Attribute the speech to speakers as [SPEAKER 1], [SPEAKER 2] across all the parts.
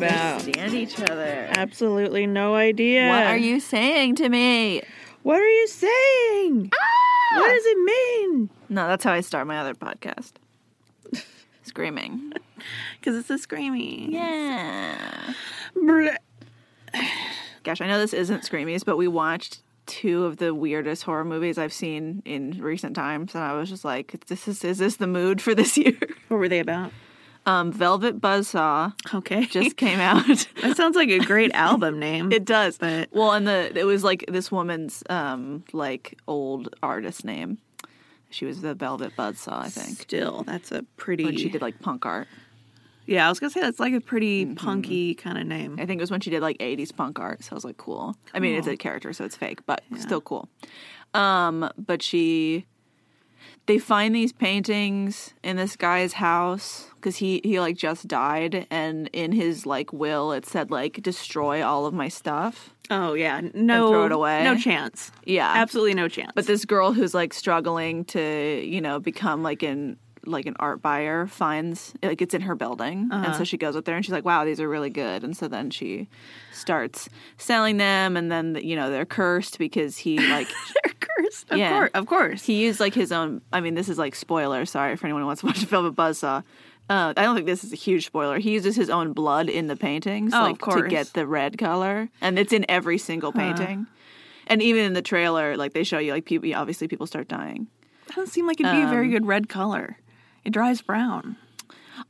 [SPEAKER 1] understand each other.
[SPEAKER 2] Absolutely no idea.
[SPEAKER 1] What are you saying to me?
[SPEAKER 2] What are you saying?
[SPEAKER 1] Ah!
[SPEAKER 2] What does it mean?
[SPEAKER 1] No, that's how I start my other podcast. Screaming.
[SPEAKER 2] Because it's a screamy.
[SPEAKER 1] Yeah.
[SPEAKER 2] Bleh.
[SPEAKER 1] Gosh, I know this isn't Screamies, but we watched two of the weirdest horror movies I've seen in recent times, and I was just like, "This is is this the mood for this year?"
[SPEAKER 2] What were they about?
[SPEAKER 1] Um, Velvet Buzzsaw
[SPEAKER 2] Okay.
[SPEAKER 1] just came out.
[SPEAKER 2] that sounds like a great album name.
[SPEAKER 1] It does.
[SPEAKER 2] But-
[SPEAKER 1] well, and the it was like this woman's um like old artist name. She was the Velvet Buzzsaw, I think.
[SPEAKER 2] Still, that's a pretty.
[SPEAKER 1] When she did like punk art.
[SPEAKER 2] yeah, I was gonna say that's like a pretty punky kind of name.
[SPEAKER 1] I think it was when she did like 80s punk art. So I was like, cool. I mean, it's a character, so it's fake, but still cool. Um, but she, they find these paintings in this guy's house because he, he like just died. And in his like will, it said like, destroy all of my stuff.
[SPEAKER 2] Oh yeah, no,
[SPEAKER 1] throw it away.
[SPEAKER 2] No chance.
[SPEAKER 1] Yeah.
[SPEAKER 2] Absolutely no chance.
[SPEAKER 1] But this girl who's like struggling to, you know, become like an like an art buyer finds like it's in her building and so she goes up there and she's like wow these are really good and so then she starts selling them and then you know they're cursed because he like
[SPEAKER 2] they're cursed. Of
[SPEAKER 1] Yeah.
[SPEAKER 2] course, of course.
[SPEAKER 1] he used like his own i mean this is like spoiler sorry for anyone who wants to watch the film of buzzsaw uh, i don't think this is a huge spoiler he uses his own blood in the paintings
[SPEAKER 2] Oh, of
[SPEAKER 1] like to
[SPEAKER 2] course.
[SPEAKER 1] get the red color and it's in every single painting and even in the trailer like they show you like people obviously people start dying
[SPEAKER 2] doesn't seem like it'd be a very good red color. It dries brown.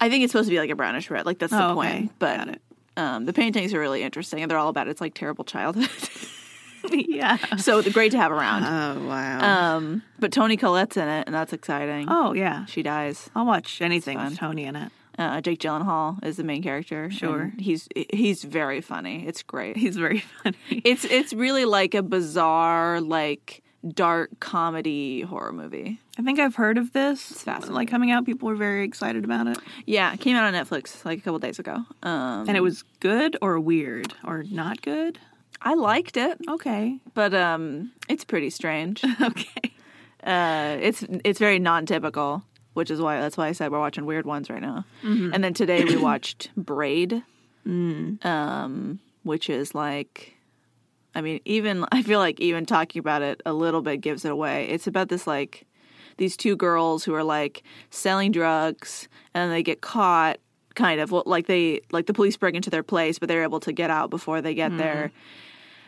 [SPEAKER 1] I think it's supposed to be like a brownish red. Like that's the
[SPEAKER 2] Oh,
[SPEAKER 1] point.
[SPEAKER 2] okay.
[SPEAKER 1] But
[SPEAKER 2] Got it.
[SPEAKER 1] Um, the paintings are really interesting, and they're all about it's like terrible childhood.
[SPEAKER 2] yeah.
[SPEAKER 1] so they're great to have around.
[SPEAKER 2] Oh wow.
[SPEAKER 1] Um, but Tony Collette's in it, and that's exciting.
[SPEAKER 2] oh yeah.
[SPEAKER 1] She dies.
[SPEAKER 2] I'll watch anything with Tony in it.
[SPEAKER 1] Uh, Jake Gyllenhaal is the main character.
[SPEAKER 2] Sure.
[SPEAKER 1] and he's he's very funny. It's great.
[SPEAKER 2] He's very funny.
[SPEAKER 1] It's it's really like a bizarre like dark comedy horror movie.
[SPEAKER 2] I think I've heard of this.
[SPEAKER 1] fascinating.
[SPEAKER 2] Like coming out, people were very excited about it,
[SPEAKER 1] Yeah, it came out on Netflix like a couple days ago. Um,
[SPEAKER 2] and it was good or weird or not good.
[SPEAKER 1] I liked it,
[SPEAKER 2] Okay.
[SPEAKER 1] but um, it's pretty strange.
[SPEAKER 2] Okay.
[SPEAKER 1] uh, it's it's very non-typical, which is why that's why I said we're watching weird ones right now. And then today we watched Braid, um, which is like, I mean, even I feel like even talking about it a little bit gives it away. It's about this like these two girls who are like selling drugs and they get caught kind of well, like they like the police break into their place but they're able to get out before they get there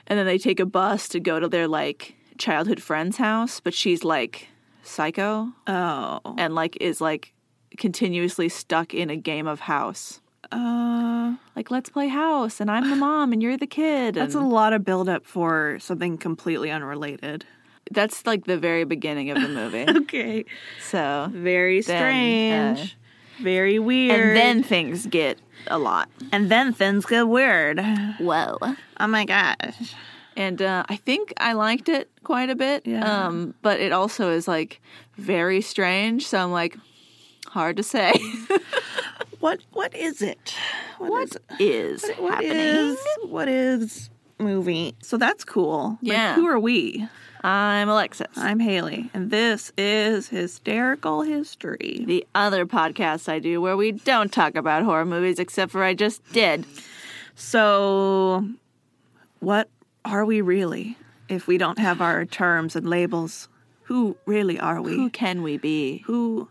[SPEAKER 1] and then they take a bus to go to their like childhood friend's house but she's like psycho
[SPEAKER 2] Oh.
[SPEAKER 1] and like is like continuously stuck in a game of house
[SPEAKER 2] Uh,
[SPEAKER 1] like let's play house and i'm the mom and you're the kid
[SPEAKER 2] that's a
[SPEAKER 1] and
[SPEAKER 2] lot of buildup for something completely unrelated.
[SPEAKER 1] that's like the very beginning of the movie
[SPEAKER 2] Okay.
[SPEAKER 1] so
[SPEAKER 2] Very
[SPEAKER 1] Then,
[SPEAKER 2] strange. very weird.
[SPEAKER 1] and then things get a lot
[SPEAKER 2] and then things get weird.
[SPEAKER 1] whoa
[SPEAKER 2] Oh my gosh.
[SPEAKER 1] and uh, I think I liked it quite a bit.
[SPEAKER 2] Yeah.
[SPEAKER 1] Um, but it also is like very strange. So I'm like, hard to say
[SPEAKER 2] What what is it?
[SPEAKER 1] what
[SPEAKER 2] is it?
[SPEAKER 1] is
[SPEAKER 2] What
[SPEAKER 1] happening.
[SPEAKER 2] is what is movie? So that's cool. Like,
[SPEAKER 1] Yeah.
[SPEAKER 2] who are we?
[SPEAKER 1] I'm Alexis.
[SPEAKER 2] I'm Haley, and this is hysterical history.
[SPEAKER 1] the other podcast I do where we don't talk about horror movies except for I just did.
[SPEAKER 2] So, what are we really if we don't have our terms and labels? Who really are
[SPEAKER 1] Who
[SPEAKER 2] we?
[SPEAKER 1] can we be?
[SPEAKER 2] Who?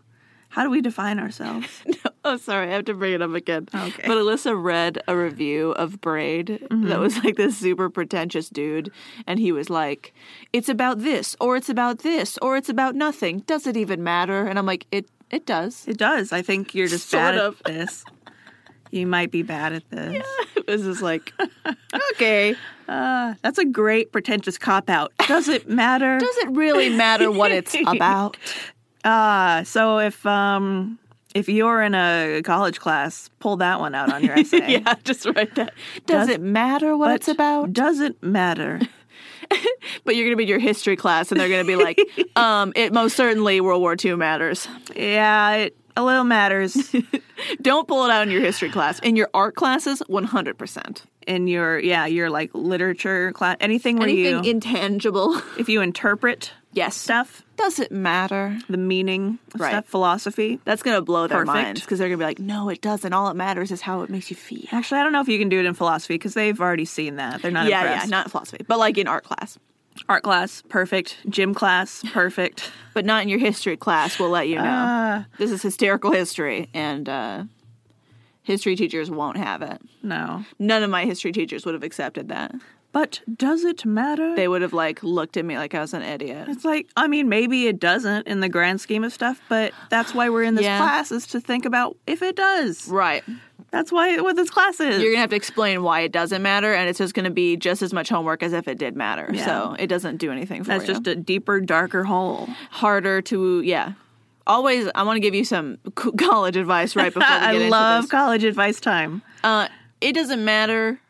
[SPEAKER 2] How do we define ourselves?
[SPEAKER 1] Oh, sorry, I have to bring it up again.
[SPEAKER 2] Okay.
[SPEAKER 1] But Alyssa read a review of Braid that was like this super pretentious dude, and he was like, "It's about this, or it's about this, or it's about nothing. Does it even matter?" And I'm like, "It it does."
[SPEAKER 2] It does. I think you're just
[SPEAKER 1] Sort
[SPEAKER 2] bad
[SPEAKER 1] of.
[SPEAKER 2] at this. You might be bad at this.
[SPEAKER 1] It was just like, okay,
[SPEAKER 2] Uh, that's a great pretentious cop out. Does it matter?
[SPEAKER 1] does it really matter what it's about?
[SPEAKER 2] Ah, so if um if you're in a college class, pull that one out on your essay.
[SPEAKER 1] yeah, just write that.
[SPEAKER 2] Does-
[SPEAKER 1] Does, it matter what
[SPEAKER 2] But
[SPEAKER 1] it's about?
[SPEAKER 2] doesn't matter.
[SPEAKER 1] But you're gonna be in your history class, and they're gonna be like, um, "It most certainly World War II matters."
[SPEAKER 2] yeah, it a little matters
[SPEAKER 1] Don't pull it out in your history class. In your art classes, one hundred percent.
[SPEAKER 2] in your yeah your like literature class. Anything where
[SPEAKER 1] Anything
[SPEAKER 2] you
[SPEAKER 1] intangible.
[SPEAKER 2] if you interpret
[SPEAKER 1] Yes.
[SPEAKER 2] stuff,
[SPEAKER 1] Does it matter?
[SPEAKER 2] the meaning of
[SPEAKER 1] Right.
[SPEAKER 2] stuff, philosophy.
[SPEAKER 1] That's gonna blow their
[SPEAKER 2] Perfect.
[SPEAKER 1] minds because they're gonna be like, "No, it doesn't. All it matters is how it makes you feel."
[SPEAKER 2] Actually, I don't know if you can do it in philosophy because they've already seen that. They're not
[SPEAKER 1] yeah,
[SPEAKER 2] impressed.
[SPEAKER 1] yeah, not in philosophy, but like in art class,
[SPEAKER 2] Art class, perfect. Gym class, perfect.
[SPEAKER 1] but not in your history class. We'll let you know.
[SPEAKER 2] Uh,
[SPEAKER 1] this is hysterical history, and uh, history teachers won't have it.
[SPEAKER 2] no.
[SPEAKER 1] None of my history teachers would have accepted that.
[SPEAKER 2] But does it matter?
[SPEAKER 1] They would have like looked at me like I was an idiot.
[SPEAKER 2] it's like, I mean, maybe it doesn't in the grand scheme of stuff, but that's why we're in this
[SPEAKER 1] Yeah.
[SPEAKER 2] class is to think about if it does.
[SPEAKER 1] Right.
[SPEAKER 2] That's why what this class is.
[SPEAKER 1] You're gonna have to explain why it doesn't matter, and it's just gonna be just as much homework as if it did matter.
[SPEAKER 2] Yeah.
[SPEAKER 1] So it doesn't do anything for
[SPEAKER 2] that's
[SPEAKER 1] you.
[SPEAKER 2] just a deeper, darker hole.
[SPEAKER 1] harder to yeah. Always, I want to give you some co- college advice right before we get
[SPEAKER 2] I
[SPEAKER 1] into
[SPEAKER 2] love
[SPEAKER 1] this.
[SPEAKER 2] college advice time.
[SPEAKER 1] Uh, it doesn't matter.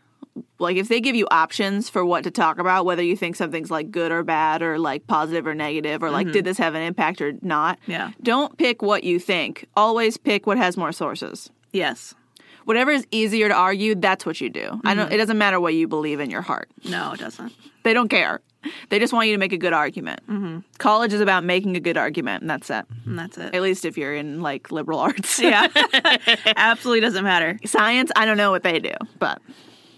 [SPEAKER 1] Like if they give you options for what to talk about, whether you think something's like good or bad, or like positive or negative, or like did this have an impact or not,
[SPEAKER 2] Mm-hmm. Yeah.
[SPEAKER 1] don't pick what you think. Always pick what has more sources.
[SPEAKER 2] Yes.
[SPEAKER 1] Whatever is easier to argue, that's what you do. I
[SPEAKER 2] Mm-hmm.
[SPEAKER 1] don't. It doesn't matter what you believe in your heart.
[SPEAKER 2] No, it doesn't.
[SPEAKER 1] They don't care. They just want you to make a good argument. Mm-hmm. College is about making a good argument, and that's it.
[SPEAKER 2] And that's it.
[SPEAKER 1] At least if you're in like liberal arts.
[SPEAKER 2] yeah. Absolutely doesn't matter.
[SPEAKER 1] Science, I don't know what they do, but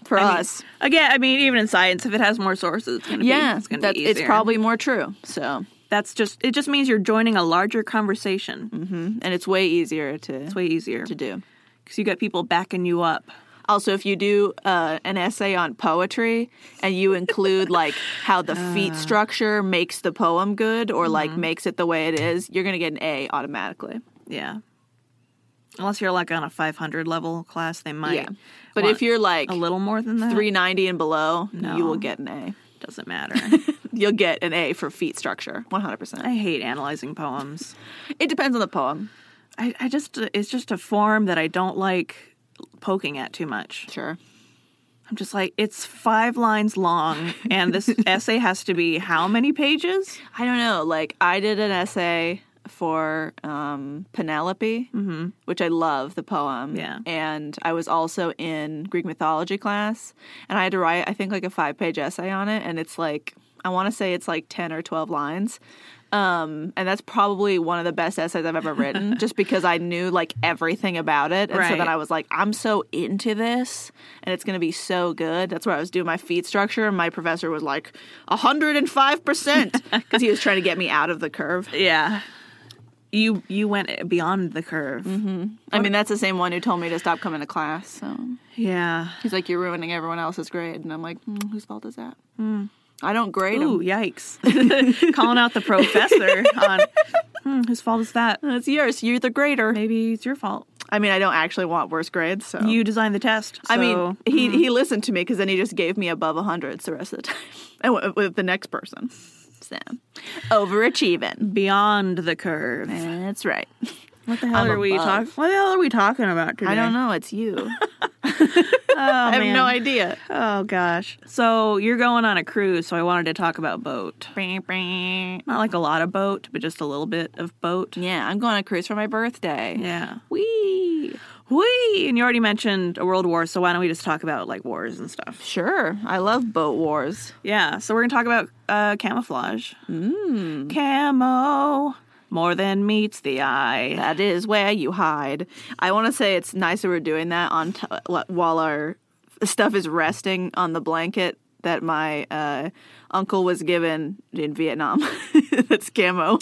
[SPEAKER 1] for
[SPEAKER 2] I mean,
[SPEAKER 1] us,
[SPEAKER 2] again, I mean, even in science, if it has more sources, it's gonna
[SPEAKER 1] yeah,
[SPEAKER 2] be, it's gonna
[SPEAKER 1] that-
[SPEAKER 2] be
[SPEAKER 1] it's
[SPEAKER 2] easier.
[SPEAKER 1] probably more true. So,
[SPEAKER 2] that's just it. Just means you're joining a larger conversation.
[SPEAKER 1] mhm. and it's way easier to
[SPEAKER 2] It's way easier
[SPEAKER 1] to do.
[SPEAKER 2] because you got people backing you up.
[SPEAKER 1] Also, if you do uh, an essay on poetry and you include like how the feet
[SPEAKER 2] Ah.
[SPEAKER 1] structure makes the poem good or like
[SPEAKER 2] Mm-hmm.
[SPEAKER 1] makes it the way it is, you're gonna get an A automatically.
[SPEAKER 2] Yeah. Unless you're like on a 500 level class, they might.
[SPEAKER 1] Yeah, but
[SPEAKER 2] want
[SPEAKER 1] if you're like
[SPEAKER 2] a little more than that,
[SPEAKER 1] 390 and below,
[SPEAKER 2] No.
[SPEAKER 1] you will get an A.
[SPEAKER 2] doesn't matter.
[SPEAKER 1] You'll get an A for feet structure, 100%.
[SPEAKER 2] I hate analyzing poems.
[SPEAKER 1] It depends on the poem.
[SPEAKER 2] I, I just it's just a form that I don't like poking at too much.
[SPEAKER 1] Sure.
[SPEAKER 2] I'm just like it's five lines long, and this essay has to be how many pages?
[SPEAKER 1] I don't know. Like I did an essay for um, Penelope, which I love the poem.
[SPEAKER 2] Yeah.
[SPEAKER 1] and I was also in Greek mythology class, and I had to write I think like a five page essay on it, and it's like I want to say it's like ten or twelve lines. Um, and that's probably one of the best essays I've ever written, just because I knew like everything about it, and so
[SPEAKER 2] Right.
[SPEAKER 1] then I was like, I'm so into this, and it's gonna be so good. That's where I was doing my feet structure, and my professor was like, 105 percent, because he was trying to get me out of the curve.
[SPEAKER 2] Yeah. You you went beyond the curve.
[SPEAKER 1] Mm-hmm. I mean, that's the same one who told me to stop coming to class. So
[SPEAKER 2] Yeah.
[SPEAKER 1] he's like, "You're ruining everyone else's grade," and I'm like, mm, "Whose fault is that?" I don't grade
[SPEAKER 2] Hmm. Ooh,
[SPEAKER 1] him.
[SPEAKER 2] yikes! Calling out the professor on hmm, whose fault is that?
[SPEAKER 1] It's yours. You're the grader.
[SPEAKER 2] Maybe it's your fault.
[SPEAKER 1] I mean, I don't actually want worse grades. So
[SPEAKER 2] You designed the test. Oh. so-
[SPEAKER 1] I
[SPEAKER 2] mm.
[SPEAKER 1] mean, he he listened to me because then he just gave me above hundreds the rest of the time, and w- with the next person. So overachieving.
[SPEAKER 2] beyond the curve.
[SPEAKER 1] That's right.
[SPEAKER 2] What the hell
[SPEAKER 1] I'm
[SPEAKER 2] are we
[SPEAKER 1] above.
[SPEAKER 2] talking? What the hell are we talking about today?
[SPEAKER 1] I don't know. It's you.
[SPEAKER 2] Oh,
[SPEAKER 1] I have
[SPEAKER 2] man.
[SPEAKER 1] no idea.
[SPEAKER 2] Oh gosh. So you're going on a cruise, so I wanted to talk about boat.
[SPEAKER 1] Yeah,
[SPEAKER 2] Not like a lot of boat, but just a little bit of boat.
[SPEAKER 1] I'm going on a cruise for my birthday.
[SPEAKER 2] Yeah.
[SPEAKER 1] Wee.
[SPEAKER 2] Whee! And you already mentioned a world war, so why don't we just talk about like wars and stuff?
[SPEAKER 1] Sure. I love boat wars.
[SPEAKER 2] Yeah, so we're gonna talk about uh, camouflage. Mm. Camo, more than meets the eye.
[SPEAKER 1] That is where you hide. I want to say it's nice that we're doing that on t- uh, while our stuff is resting on the blanket that my uh, uncle was given in Vietnam. That's camo.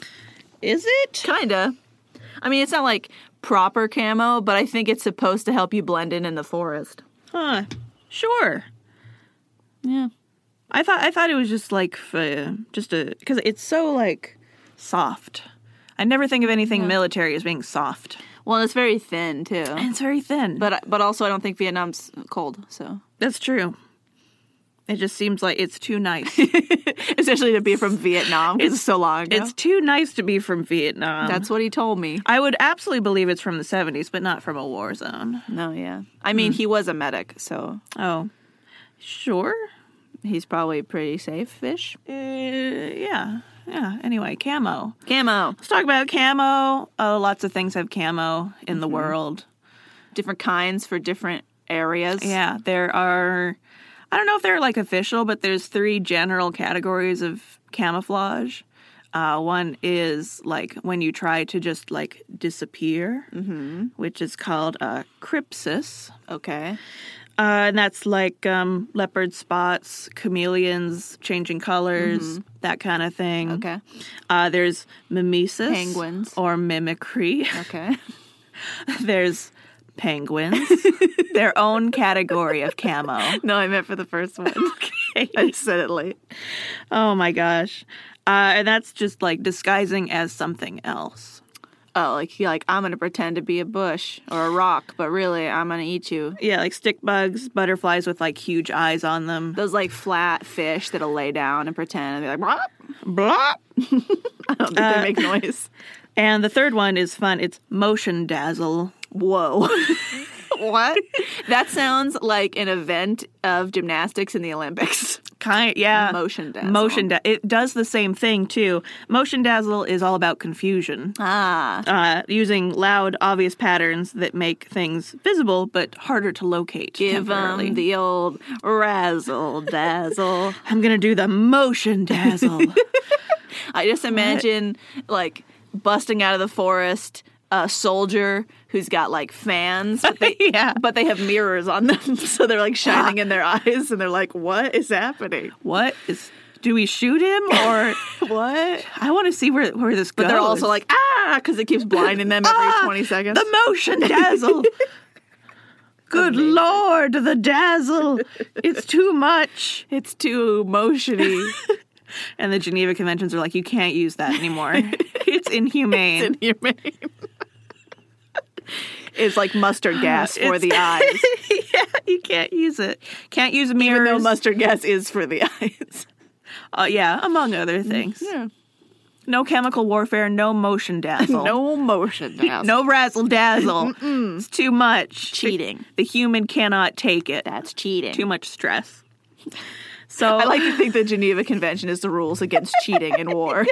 [SPEAKER 2] Is it?
[SPEAKER 1] Kinda. I mean, it's not like proper camo, but I think it's supposed to help you blend in in the forest.
[SPEAKER 2] Huh? Sure.
[SPEAKER 1] Yeah.
[SPEAKER 2] I thought I thought it was just like for just a because it's so like soft. I never think of anything military as being soft.
[SPEAKER 1] Well, it's very thin too.
[SPEAKER 2] And it's very thin.
[SPEAKER 1] But uh, but also, I don't think Vietnam's cold. So
[SPEAKER 2] that's true. It just seems like it's too nice.
[SPEAKER 1] especially to be from Vietnam because it's so long ago.
[SPEAKER 2] it's too nice to be from Vietnam.
[SPEAKER 1] That's what he told me.
[SPEAKER 2] I would absolutely believe it's from the 70s, but not from a war zone.
[SPEAKER 1] No, yeah. I mean, he was a medic, so
[SPEAKER 2] Oh, sure.
[SPEAKER 1] he's probably pretty safe fish.
[SPEAKER 2] Uh, yeah, yeah. Anyway, camo.
[SPEAKER 1] Camo,
[SPEAKER 2] Let's talk about camo. Oh, lots of things have camo in
[SPEAKER 1] Mm-hmm.
[SPEAKER 2] the world.
[SPEAKER 1] different kinds for different areas.
[SPEAKER 2] Yeah, there are. I don't know if they're like official, but there's three general categories of camouflage. Uh, one is like when you try to just like disappear,
[SPEAKER 1] Mm-hmm.
[SPEAKER 2] which is called uh, crypsis.
[SPEAKER 1] Okay.
[SPEAKER 2] Uh, and that's like um, leopard spots, chameleons changing colors, that kind of thing.
[SPEAKER 1] Mm-hmm. Okay.
[SPEAKER 2] Uh, there's mimesis,
[SPEAKER 1] Penguins.
[SPEAKER 2] or mimicry.
[SPEAKER 1] Okay.
[SPEAKER 2] there's penguins, their own category of camo.
[SPEAKER 1] no, I meant for the first one. I just said it late.
[SPEAKER 2] oh my gosh, uh, and that's just like disguising as something else.
[SPEAKER 1] Oh, like you're like I'm gonna pretend to be a bush or a rock, but really I'm gonna eat you.
[SPEAKER 2] Yeah, like stick bugs, butterflies with like huge eyes on them.
[SPEAKER 1] Those like flat fish that'll lay down and pretend and be like, "Blah."
[SPEAKER 2] Blah.
[SPEAKER 1] I don't think they make noise.
[SPEAKER 2] And the third one is fun. It's motion dazzle.
[SPEAKER 1] Whoa. what? That sounds like an event of gymnastics in the Olympics.
[SPEAKER 2] Kind, yeah.
[SPEAKER 1] Motion dazzle.
[SPEAKER 2] Motion. Da- it does the same thing too. Motion dazzle is all about confusion,
[SPEAKER 1] Ah.
[SPEAKER 2] uh, using loud, obvious patterns that make things visible but harder to locate.
[SPEAKER 1] Give
[SPEAKER 2] temporarily.
[SPEAKER 1] them the old razzle dazzle.
[SPEAKER 2] I'm gonna do the motion dazzle.
[SPEAKER 1] I just imagine like busting out of the forest a soldier who's got like fans, but they,
[SPEAKER 2] Yeah.
[SPEAKER 1] but they have mirrors on them, so they're like shining in their eyes, and they're like, "What is happening?"
[SPEAKER 2] what is? Do we shoot him or what? I want to see where where this goes.
[SPEAKER 1] But they're also like, "Ah," because it keeps blinding them every
[SPEAKER 2] Ah,
[SPEAKER 1] twenty seconds.
[SPEAKER 2] The motion dazzle. Good lord, the dazzle. It's too much.
[SPEAKER 1] it's too motiony.
[SPEAKER 2] And the Geneva Conventions are like, you can't use that anymore. it's inhumane.
[SPEAKER 1] in your name. it's like mustard gas for
[SPEAKER 2] It's-
[SPEAKER 1] the eyes,
[SPEAKER 2] yeah, you can't use it. Can't use mirrors.
[SPEAKER 1] even though mustard gas is for the eyes.
[SPEAKER 2] Uh, yeah, among other things.
[SPEAKER 1] Yeah.
[SPEAKER 2] No chemical warfare, no motion dazzle.
[SPEAKER 1] No motion dazzle.
[SPEAKER 2] No razzle dazzle. it's too much.
[SPEAKER 1] Cheating.
[SPEAKER 2] The, the human cannot take it.
[SPEAKER 1] that's cheating.
[SPEAKER 2] Too much stress. So
[SPEAKER 1] I like to think the Geneva Convention is the rules against cheating in war.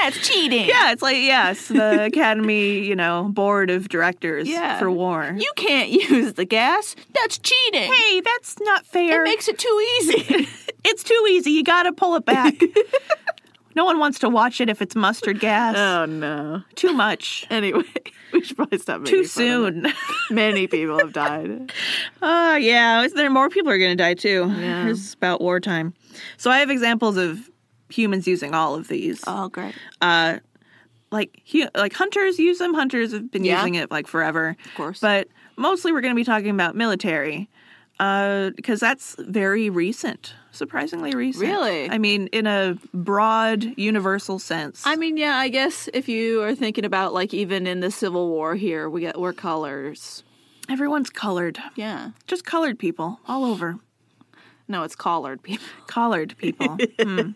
[SPEAKER 1] That's cheating.
[SPEAKER 2] Yeah, it's like yes, the Academy, you know, board of directors
[SPEAKER 1] Yeah.
[SPEAKER 2] for war.
[SPEAKER 1] You can't use the gas. That's cheating.
[SPEAKER 2] hey, that's not fair.
[SPEAKER 1] It makes it too easy.
[SPEAKER 2] it's too easy. You got to pull it back. no one wants to watch it if it's mustard gas.
[SPEAKER 1] no.
[SPEAKER 2] Too much.
[SPEAKER 1] Oh. Anyway, we should probably stop.
[SPEAKER 2] Too
[SPEAKER 1] making fun of
[SPEAKER 2] soon.
[SPEAKER 1] it. Many people have died.
[SPEAKER 2] Oh yeah, there more people are going to die too.
[SPEAKER 1] Yeah.
[SPEAKER 2] It's about wartime. So I have examples of humans using all of these.
[SPEAKER 1] Oh, great.
[SPEAKER 2] uh like hu- like hunters use them hunters have been
[SPEAKER 1] Yeah.
[SPEAKER 2] using it like forever of
[SPEAKER 1] course.
[SPEAKER 2] but mostly we're going to be talking about military because that's very recent surprisingly recent
[SPEAKER 1] Really?
[SPEAKER 2] i mean in a broad universal sense
[SPEAKER 1] I mean, yeah, I guess if you are thinking about like even in the Civil War here, we got we're colors.
[SPEAKER 2] everyone's colored
[SPEAKER 1] Yeah.
[SPEAKER 2] just colored people all over
[SPEAKER 1] No, it's collared people.
[SPEAKER 2] collared people Hmm.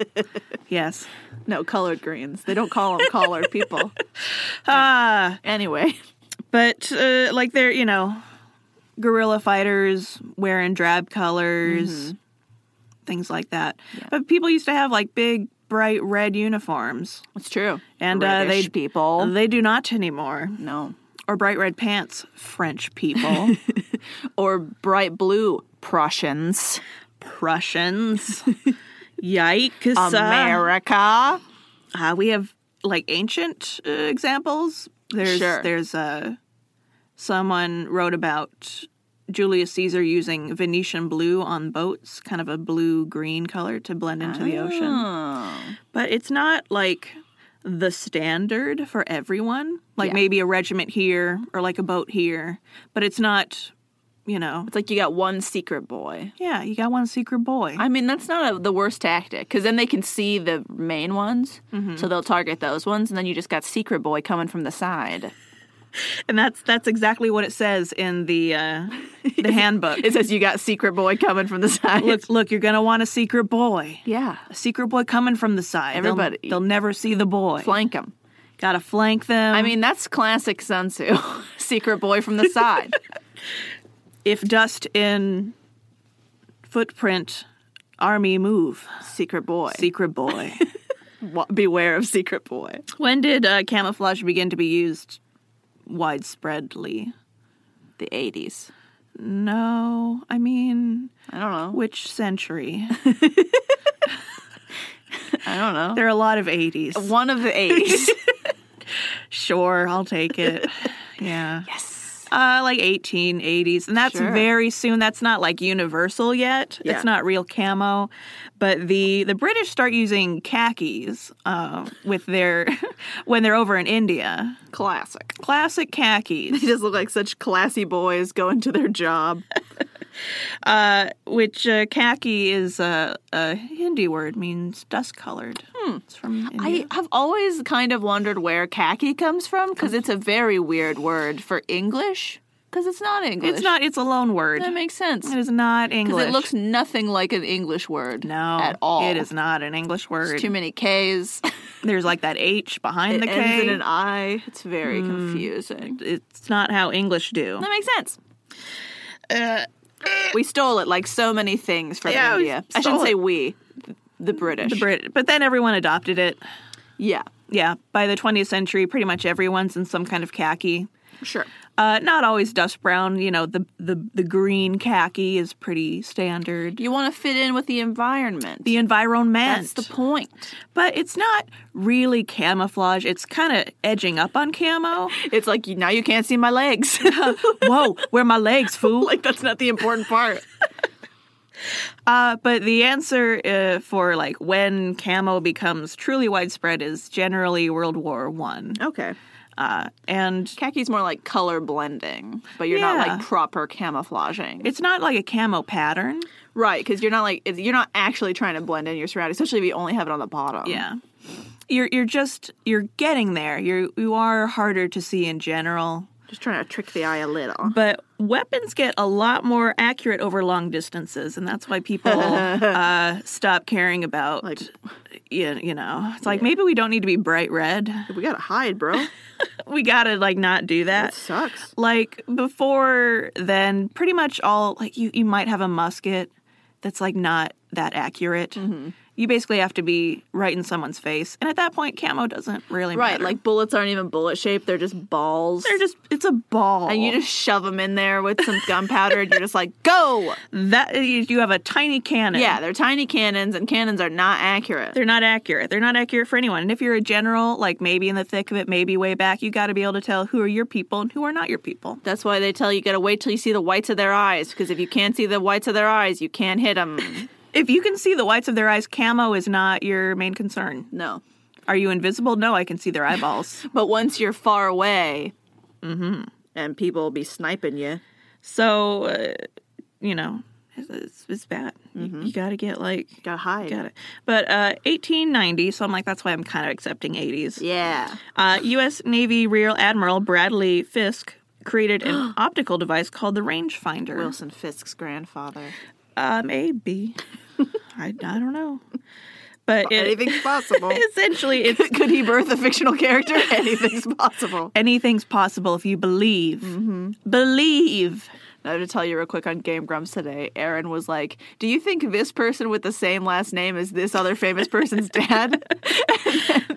[SPEAKER 2] yes
[SPEAKER 1] No, colored greens. They don't call them collared people.
[SPEAKER 2] ah
[SPEAKER 1] Anyway.
[SPEAKER 2] but uh, like they're you know guerrilla fighters wearing drab colors things like that but people used to have like big bright red uniforms
[SPEAKER 1] It's true.
[SPEAKER 2] and uh, they
[SPEAKER 1] Reddish people.
[SPEAKER 2] they do not anymore
[SPEAKER 1] No.
[SPEAKER 2] or bright red pants french people
[SPEAKER 1] Or bright blue Prussians.
[SPEAKER 2] prussians yikes uh,
[SPEAKER 1] America.
[SPEAKER 2] uh, we have like ancient uh, examples there's
[SPEAKER 1] Sure.
[SPEAKER 2] there's uh someone wrote about Julius Caesar using Venetian blue on boats, kind of a blue green color to blend into the ocean.
[SPEAKER 1] Oh.
[SPEAKER 2] But it's not like the standard for everyone. Like
[SPEAKER 1] Yeah.
[SPEAKER 2] maybe a regiment here or like a boat here, but it's not, you know,
[SPEAKER 1] It's like you got one secret boy.
[SPEAKER 2] yeah, you got one secret boy.
[SPEAKER 1] I mean, that's not a, the worst tactic because then they can see the main ones. So they'll target those ones. And then you just got secret boy coming from the side.
[SPEAKER 2] and that's that's exactly what it says in the uh, the handbook.
[SPEAKER 1] It says you got secret boy coming from the side.
[SPEAKER 2] Look, look, you're going to want a secret boy.
[SPEAKER 1] Yeah.
[SPEAKER 2] a secret boy coming from the side. They'll-
[SPEAKER 1] Everybody.
[SPEAKER 2] they'll, never see the boy.
[SPEAKER 1] Flank him.
[SPEAKER 2] Gotta flank them.
[SPEAKER 1] I mean, that's classic Sun Tzu. secret boy from the side.
[SPEAKER 2] if dust in footprint, army move.
[SPEAKER 1] secret boy.
[SPEAKER 2] Secret boy.
[SPEAKER 1] Wa- Beware of secret boy.
[SPEAKER 2] when did uh, camouflage begin to be used widespreadly?
[SPEAKER 1] The 80s.
[SPEAKER 2] No, I mean,
[SPEAKER 1] I don't know.
[SPEAKER 2] which century?
[SPEAKER 1] I I don't know.
[SPEAKER 2] There are a lot of 80s.
[SPEAKER 1] One of the eight.
[SPEAKER 2] Sure, I'll take it. yeah.
[SPEAKER 1] yes.
[SPEAKER 2] Uh, like 1880s. And that's
[SPEAKER 1] Sure.
[SPEAKER 2] very soon. That's not like universal yet.
[SPEAKER 1] Yeah.
[SPEAKER 2] It's not real camo. But the, the British start using khakis uh, with their when they're over in India.
[SPEAKER 1] Classic.
[SPEAKER 2] Classic khakis.
[SPEAKER 1] They just look like such classy boys going to their job.
[SPEAKER 2] uh, which uh, khaki is a, a Hindi word, means dust colored. It's from India.
[SPEAKER 1] Hmm. I have always kind of wondered where khaki comes from because it's a very weird word for English because it's not English.
[SPEAKER 2] it's not. It's a loan word.
[SPEAKER 1] That makes sense.
[SPEAKER 2] It is not English.
[SPEAKER 1] Because it looks nothing like an English word.
[SPEAKER 2] no
[SPEAKER 1] At all.
[SPEAKER 2] It is not an English word.
[SPEAKER 1] Too many K's.
[SPEAKER 2] There's like that H behind
[SPEAKER 1] it
[SPEAKER 2] the
[SPEAKER 1] ends
[SPEAKER 2] K.
[SPEAKER 1] in an I. Hmm. It's very confusing.
[SPEAKER 2] it's not how English do.
[SPEAKER 1] That makes sense. Uh, we stole it like so many things from
[SPEAKER 2] Yeah, we
[SPEAKER 1] India. I
[SPEAKER 2] stole
[SPEAKER 1] shouldn't say
[SPEAKER 2] it.
[SPEAKER 1] we. The British.
[SPEAKER 2] The Brit, but then everyone adopted it.
[SPEAKER 1] yeah,
[SPEAKER 2] Yeah, by the 20th century, pretty much everyone's in some kind of khaki.
[SPEAKER 1] sure.
[SPEAKER 2] Uh, not always dust brown. You know, the the the green khaki is pretty standard.
[SPEAKER 1] You want to fit in with the environment.
[SPEAKER 2] The environment.
[SPEAKER 1] That's the point.
[SPEAKER 2] but it's not really camouflage. It's kind of edging up on camo.
[SPEAKER 1] It's like now you can't see my legs.
[SPEAKER 2] Whoa, where are my legs, fool?
[SPEAKER 1] like that's not the important part.
[SPEAKER 2] Uh, but the answer uh, for like when camo becomes truly widespread is generally World War One.
[SPEAKER 1] Okay.
[SPEAKER 2] Uh, and
[SPEAKER 1] Khaki's more like color blending, but you're not
[SPEAKER 2] Yeah.
[SPEAKER 1] like proper camouflaging.
[SPEAKER 2] it's not like a camo pattern.
[SPEAKER 1] Right, because you're not like it's- you're not actually trying to blend in your surroundings, especially if you only have it on the bottom.
[SPEAKER 2] Yeah. You're you're just you're getting there. You're you are harder to see in general.
[SPEAKER 1] just trying to trick the eye a little.
[SPEAKER 2] But weapons get a lot more accurate over long distances, and that's why people uh, stop caring about.
[SPEAKER 1] Like-
[SPEAKER 2] you, you know, it's like maybe we don't need to be bright red.
[SPEAKER 1] We gotta hide, bro.
[SPEAKER 2] We gotta like not do that.
[SPEAKER 1] sucks.
[SPEAKER 2] like before then pretty much all like you, you might have a musket that's like not that accurate
[SPEAKER 1] Mm-hmm.
[SPEAKER 2] you basically have to be right in someone's face and at that point camo doesn't really
[SPEAKER 1] Right,
[SPEAKER 2] matter.
[SPEAKER 1] like bullets aren't even bullet shaped; they're just balls.
[SPEAKER 2] they're just it's a ball
[SPEAKER 1] and you just shove them in there with some gunpowder, and you're just like, go!
[SPEAKER 2] that you you have a tiny cannon
[SPEAKER 1] Yeah, they're tiny cannons, and cannons are not accurate.
[SPEAKER 2] they're not accurate they're not accurate for anyone and if you're a general like maybe in the thick of it maybe way back you got to be able to tell who are your people and who are not your people
[SPEAKER 1] That's why they tell you, gotta wait till you see the whites of their eyes, because if you can't see the whites of their eyes, you can't hit them.
[SPEAKER 2] if you can see the whites of their eyes camo is not your main concern
[SPEAKER 1] No.
[SPEAKER 2] are you invisible no i can see their eyeballs
[SPEAKER 1] But once you're far away, Mm-hmm. and people will be sniping you.
[SPEAKER 2] So, uh, you know, it's, it's, it's bad. You- You, got to Mm-hmm. get like,
[SPEAKER 1] Gotta hide.
[SPEAKER 2] got it. But uh, 1890, so I'm like, that's why I'm kind of accepting 80s.
[SPEAKER 1] Yeah.
[SPEAKER 2] Uh, U.S. Navy Rear Admiral Bradley Fisk created an optical device called the rangefinder.
[SPEAKER 1] Wilson Fisk's grandfather.
[SPEAKER 2] Uh, maybe. I, I don't know. But it,
[SPEAKER 1] possible.
[SPEAKER 2] essentially, it's
[SPEAKER 1] Could he birth a fictional character? Anything's possible.
[SPEAKER 2] anything's possible if you believe. Believe.
[SPEAKER 1] I have to tell you real quick on Game Grumps today. Aaron was like, "Do you think this person with the same last name as this other famous person's dad?"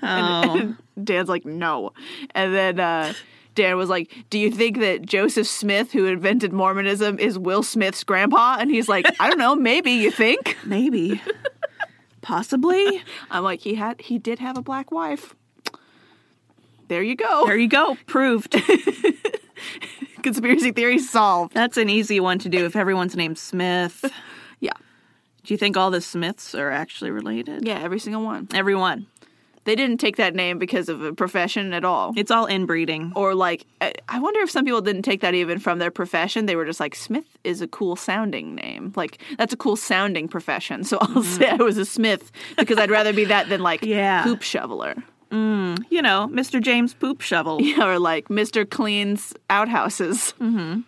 [SPEAKER 2] Oh.
[SPEAKER 1] Dan's like, "No," and then uh, Dan was like, "Do you think that Joseph Smith, who invented Mormonism, is Will Smith's grandpa?" And he's like, "I don't know. Maybe you think."
[SPEAKER 2] Maybe. Possibly.
[SPEAKER 1] I'm like, "He had, he did have a black wife." There you go.
[SPEAKER 2] There you go. Proved.
[SPEAKER 1] Conspiracy theory solved.
[SPEAKER 2] That's an easy one to do if everyone's named Smith.
[SPEAKER 1] Yeah.
[SPEAKER 2] Do you think all the Smiths are actually related?
[SPEAKER 1] Yeah, every single one.
[SPEAKER 2] Everyone.
[SPEAKER 1] They didn't take that name because of a profession at all.
[SPEAKER 2] It's all inbreeding.
[SPEAKER 1] Or, like, I I wonder if some people didn't take that even from their profession. They were just like, Smith is a cool sounding name. Like, that's a cool sounding profession. So I'll say I was a Smith because I'd rather be that than like
[SPEAKER 2] Mm-hmm. Yeah.
[SPEAKER 1] poop shoveler.
[SPEAKER 2] You know, Mr. James Poop Shovel.
[SPEAKER 1] Yeah, or like Mr. Cleans outhouses. Mm-hmm.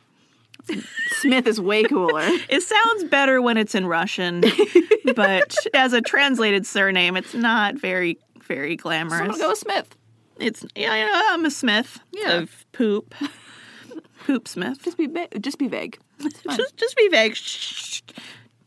[SPEAKER 1] Smith is way cooler.
[SPEAKER 2] It sounds better when it's in Russian, but as a translated surname, it's not very, very
[SPEAKER 1] I'm
[SPEAKER 2] glamorous.
[SPEAKER 1] going to go with Smith.
[SPEAKER 2] It's, yeah, yeah, I'm a Smith
[SPEAKER 1] Yeah.
[SPEAKER 2] of poop. poop Smith.
[SPEAKER 1] Just be, va- just be vague. It's fine.
[SPEAKER 2] Just, just be vague. Shh, shh, shh.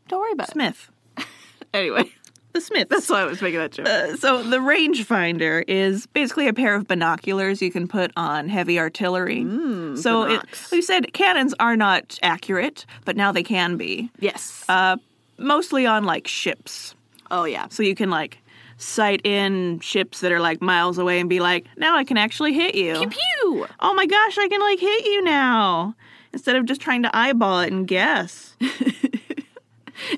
[SPEAKER 1] Don't worry about
[SPEAKER 2] Smith.
[SPEAKER 1] it. Anyway,
[SPEAKER 2] The Smiths.
[SPEAKER 1] that's why I was making that joke.
[SPEAKER 2] Uh, so the rangefinder is basically a pair of binoculars you can put on heavy artillery. so it,
[SPEAKER 1] Mm, binocs.
[SPEAKER 2] we said cannons are not accurate, but now they can be.
[SPEAKER 1] yes.
[SPEAKER 2] Uh, mostly on like ships,
[SPEAKER 1] oh, yeah.
[SPEAKER 2] so you can like sight in ships that are like miles away and be like, now I can actually hit you.
[SPEAKER 1] Pew pew.
[SPEAKER 2] Oh my gosh, I can like hit you now. Instead of just trying to eyeball it and guess.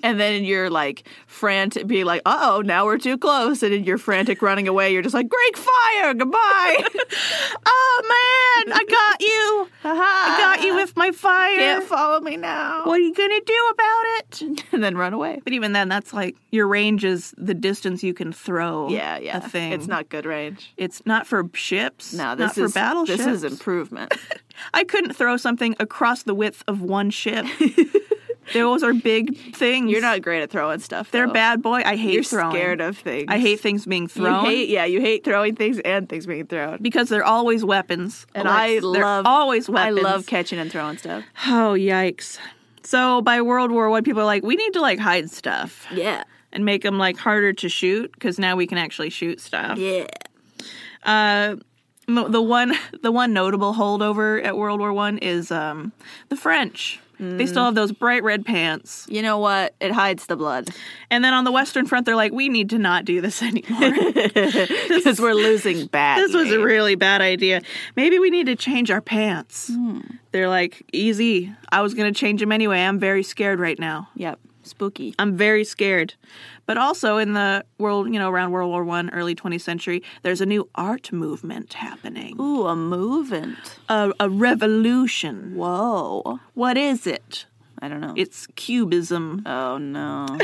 [SPEAKER 1] And then you're like frantic, being like, "Uh oh, now we're too close." And then you're frantic running away. You're just like, "Great fire, goodbye."
[SPEAKER 2] oh man, I got you. I got you with my fire.
[SPEAKER 1] Can't follow me now.
[SPEAKER 2] what are you gonna do about it?
[SPEAKER 1] And then run away.
[SPEAKER 2] But even then, that's like your range is the distance you can throw.
[SPEAKER 1] Yeah, yeah.
[SPEAKER 2] A thing.
[SPEAKER 1] It's not good range.
[SPEAKER 2] It's not for ships.
[SPEAKER 1] No, this
[SPEAKER 2] not
[SPEAKER 1] is
[SPEAKER 2] for battleships.
[SPEAKER 1] This is improvement.
[SPEAKER 2] I couldn't throw something across the width of one ship. Those are big things.
[SPEAKER 1] You're not great at throwing stuff.
[SPEAKER 2] They're
[SPEAKER 1] though.
[SPEAKER 2] bad boy. I hate
[SPEAKER 1] You're
[SPEAKER 2] throwing.
[SPEAKER 1] scared of things.
[SPEAKER 2] I hate things being
[SPEAKER 1] You
[SPEAKER 2] thrown
[SPEAKER 1] hate- yeah, you hate throwing things and things being thrown.
[SPEAKER 2] because they're always weapons.
[SPEAKER 1] And
[SPEAKER 2] Alex.
[SPEAKER 1] I
[SPEAKER 2] They're
[SPEAKER 1] love
[SPEAKER 2] always weapons.
[SPEAKER 1] I love catching and throwing stuff.
[SPEAKER 2] Oh yikes! So by World War One, people are like, we need to like hide stuff
[SPEAKER 1] Yeah,
[SPEAKER 2] and make them like harder to shoot because now we can actually shoot stuff.
[SPEAKER 1] yeah.
[SPEAKER 2] Uh, mo- the one the one notable holdover at World War One is um, the French. They still have those bright red pants.
[SPEAKER 1] You know what? It hides the blood
[SPEAKER 2] And then on the Western Front, they're like, we need to not do this anymore.
[SPEAKER 1] because we're losing badly.
[SPEAKER 2] this was a really bad idea. Maybe we need to change our pants. They're like, easy. I was going to change them anyway. I'm very scared right now.
[SPEAKER 1] yep, spooky.
[SPEAKER 2] I'm very scared. But also in the world, you know, around World War One, early 20th century, there's a new art movement happening.
[SPEAKER 1] Ooh, a movement.
[SPEAKER 2] A, a revolution.
[SPEAKER 1] Whoa,
[SPEAKER 2] What is it?
[SPEAKER 1] I don't know.
[SPEAKER 2] It's cubism.
[SPEAKER 1] oh no,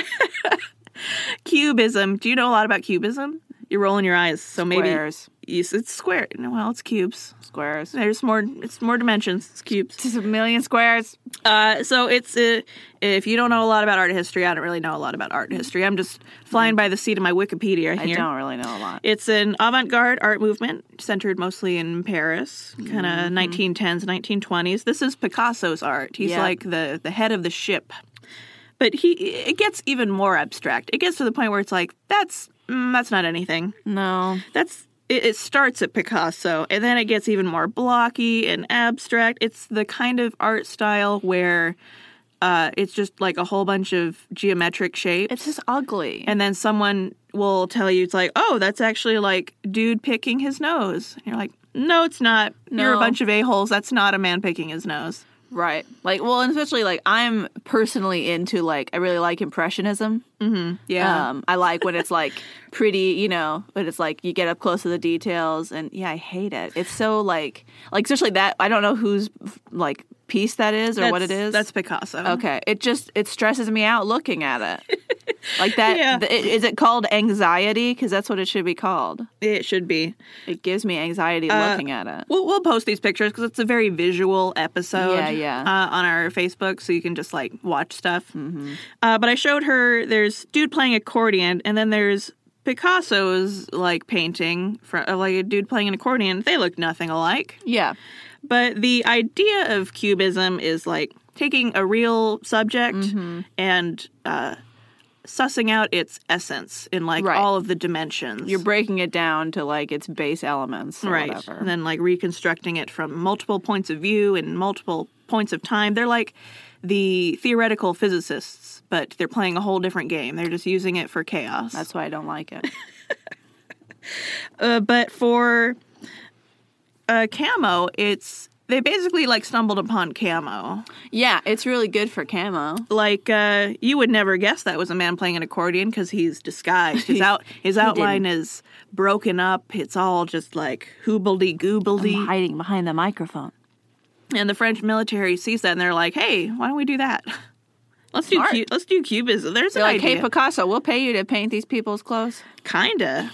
[SPEAKER 2] Cubism. Do you know a lot about cubism? You're rolling your eyes, so maybe
[SPEAKER 1] Squares.
[SPEAKER 2] You, it's square. No, well, it's cubes.
[SPEAKER 1] squares.
[SPEAKER 2] There's more. It's more dimensions. It's cubes.
[SPEAKER 1] Just a million squares.
[SPEAKER 2] Uh, so it's uh, if you don't know a lot about art history, I don't really know a lot about art history. I'm just flying by the seat of my Wikipedia
[SPEAKER 1] Mm. I
[SPEAKER 2] here.
[SPEAKER 1] don't really know a lot.
[SPEAKER 2] It's an avant-garde art movement centered mostly in Paris, kind of 1910s, 1920s. This is Picasso's art. He's
[SPEAKER 1] Yeah.
[SPEAKER 2] like the the head of the ship. But he it gets even more abstract. It gets to the point where it's like that's mm, that's not anything.
[SPEAKER 1] No,
[SPEAKER 2] That's it, it starts at Picasso and then it gets even more blocky and abstract. It's the kind of art style where uh, it's just like a whole bunch of geometric shapes
[SPEAKER 1] it's just ugly.
[SPEAKER 2] and then someone will tell you it's like, oh, that's actually like dude picking his nose. And you're like, no, it's not. You're a
[SPEAKER 1] No.
[SPEAKER 2] bunch of a holes. That's not a man picking his nose.
[SPEAKER 1] Right. Like, well, and especially like I'm personally into like I really like impressionism. Um, I like when it's like pretty, you know, when it's like you get up close to the details, and yeah, I hate it. It's so like, like especially that I don't know whose like piece that is or what it
[SPEAKER 2] That's-
[SPEAKER 1] is.
[SPEAKER 2] That's Picasso.
[SPEAKER 1] okay. It just it stresses me out looking at it. like that.
[SPEAKER 2] Yeah.
[SPEAKER 1] th- it- Is it called anxiety? Because that's what it should be called.
[SPEAKER 2] It should be.
[SPEAKER 1] It gives me anxiety
[SPEAKER 2] Uh,
[SPEAKER 1] looking at it.
[SPEAKER 2] We'll, we'll post these pictures because it's a very visual episode.
[SPEAKER 1] Yeah, yeah.
[SPEAKER 2] Uh, on our Facebook, so you can just like watch stuff.
[SPEAKER 1] Mm-hmm.
[SPEAKER 2] Uh, but I showed her there's dude playing accordion, and then there's Picasso's like painting, fr- uh, like a dude playing an accordion. They look nothing alike.
[SPEAKER 1] Yeah.
[SPEAKER 2] But the idea of cubism is like taking a real subject
[SPEAKER 1] Mm-hmm.
[SPEAKER 2] and uh, sussing out its essence in like
[SPEAKER 1] Right.
[SPEAKER 2] all of the dimensions.
[SPEAKER 1] You're breaking it down to like its base elements. Or
[SPEAKER 2] right,
[SPEAKER 1] Whatever.
[SPEAKER 2] and then like reconstructing it from multiple points of view and multiple points of time. They're like the theoretical physicists, but they're playing a whole different game. They're just using it for chaos.
[SPEAKER 1] That's why I don't like it.
[SPEAKER 2] uh, but for uh, camo, it's they basically like stumbled upon camo.
[SPEAKER 1] yeah, it's really good for camo.
[SPEAKER 2] like uh, you would never guess that was a man playing an accordion because he's disguised. His out his outline is broken up. It's all just like hoobledy goobledy.
[SPEAKER 1] hiding behind the microphone.
[SPEAKER 2] and the French military sees that and they're like, "Hey, why don't we do that? Let's do
[SPEAKER 1] Smart.
[SPEAKER 2] cu- let's do cubism." There's
[SPEAKER 1] They're
[SPEAKER 2] an
[SPEAKER 1] like, hey,
[SPEAKER 2] idea,
[SPEAKER 1] Picasso, we'll pay you to paint these people's clothes.
[SPEAKER 2] kinda,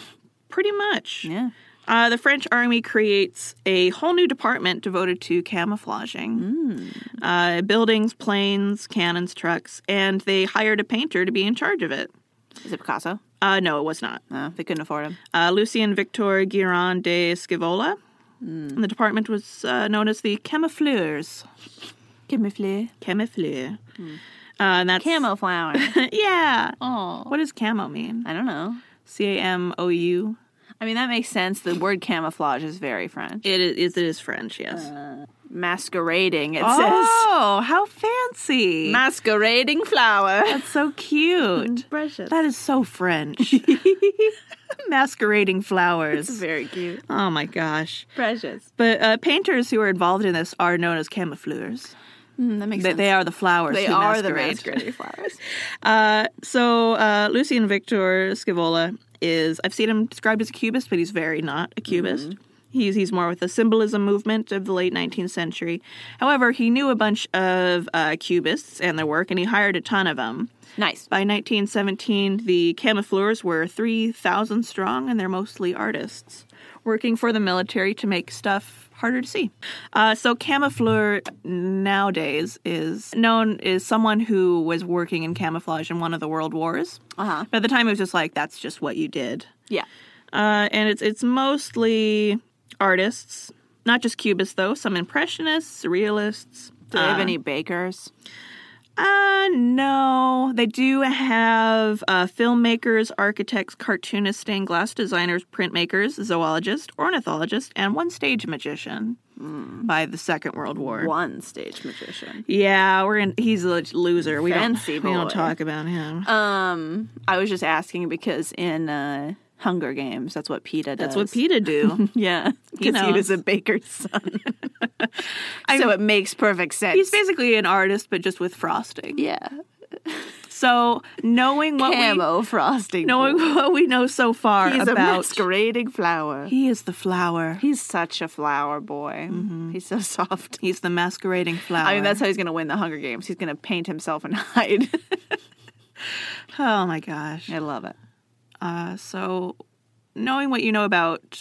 [SPEAKER 2] pretty much.
[SPEAKER 1] Yeah.
[SPEAKER 2] Uh, the French army creates a whole new department devoted to camouflaging
[SPEAKER 1] Mm.
[SPEAKER 2] uh, buildings, planes, cannons, trucks, and they hired a painter to be in charge of it.
[SPEAKER 1] Is it Picasso?
[SPEAKER 2] Uh, no, it was not.
[SPEAKER 1] No, they couldn't afford him.
[SPEAKER 2] uh, Lucien Victor Guiron de Scivola. And the department was uh, known as the Camoufleurs.
[SPEAKER 1] Give me flair.
[SPEAKER 2] Camoufleur. Uh, and that's,
[SPEAKER 1] Camo flower.
[SPEAKER 2] yeah.
[SPEAKER 1] oh.
[SPEAKER 2] What does camo mean?
[SPEAKER 1] I don't know.
[SPEAKER 2] C A M O U.
[SPEAKER 1] I mean, that makes sense. The word camouflage is very French.
[SPEAKER 2] It is, it is French, yes.
[SPEAKER 1] masquerading. It says
[SPEAKER 2] Uh, oh, how fancy!
[SPEAKER 1] masquerading flower.
[SPEAKER 2] That's so cute.
[SPEAKER 1] Precious.
[SPEAKER 2] That is so French. Masquerading flowers.
[SPEAKER 1] very cute.
[SPEAKER 2] oh my gosh.
[SPEAKER 1] Precious.
[SPEAKER 2] But uh, painters who are involved in this are known as camoufleurs.
[SPEAKER 1] Mm, that makes
[SPEAKER 2] They,
[SPEAKER 1] sense.
[SPEAKER 2] they are the flowers.
[SPEAKER 1] They
[SPEAKER 2] who
[SPEAKER 1] are the
[SPEAKER 2] masquerade.
[SPEAKER 1] masquerading flowers.
[SPEAKER 2] Uh, so uh, Lucien Victor Scivola is I've seen him described as a cubist, but he's very not a cubist. He's he's more with the symbolism movement of the late 19th century. However, he knew a bunch of uh, cubists and their work, and he hired a ton of them.
[SPEAKER 1] nice.
[SPEAKER 2] By 1917, the camoufleurs were 3,000 strong, and they're mostly artists working for the military to make stuff harder to see. Uh, so, camoufleur nowadays is known as someone who was working in camouflage in one of the world wars.
[SPEAKER 1] Uh huh.
[SPEAKER 2] But at the time, it was just like that's just what you did.
[SPEAKER 1] Yeah.
[SPEAKER 2] Uh, and it's it's mostly artists, not just cubists though. Some impressionists, surrealists.
[SPEAKER 1] Do they have
[SPEAKER 2] Uh,
[SPEAKER 1] any bakers?
[SPEAKER 2] uh, no. They do have uh, filmmakers, architects, cartoonists, stained glass designers, printmakers, zoologists, ornithologists, and one stage magician
[SPEAKER 1] Hmm.
[SPEAKER 2] by the Second World War.
[SPEAKER 1] One stage magician.
[SPEAKER 2] Yeah, we're in. He's a loser. We
[SPEAKER 1] Fancy
[SPEAKER 2] don't. We don't
[SPEAKER 1] boy.
[SPEAKER 2] talk about him.
[SPEAKER 1] Um, I was just asking because in uh, Hunger Games, that's what PETA does.
[SPEAKER 2] That's what PETA do.
[SPEAKER 1] Yeah,
[SPEAKER 2] He
[SPEAKER 1] because he was
[SPEAKER 2] knows.
[SPEAKER 1] a baker's son, so it makes perfect sense.
[SPEAKER 2] he's basically an artist, but just with frosting.
[SPEAKER 1] yeah,
[SPEAKER 2] So knowing what
[SPEAKER 1] camo frosting.
[SPEAKER 2] we knowing what we know so far
[SPEAKER 1] he's a
[SPEAKER 2] about
[SPEAKER 1] masquerading flower.
[SPEAKER 2] he is the flower.
[SPEAKER 1] He's such a flower boy. He's so soft.
[SPEAKER 2] He's the masquerading flower.
[SPEAKER 1] Mm-hmm. I mean, that's how he's going to win the Hunger Games. He's going to paint himself and hide.
[SPEAKER 2] oh my gosh.
[SPEAKER 1] I love it.
[SPEAKER 2] Uh, so, knowing what you know about,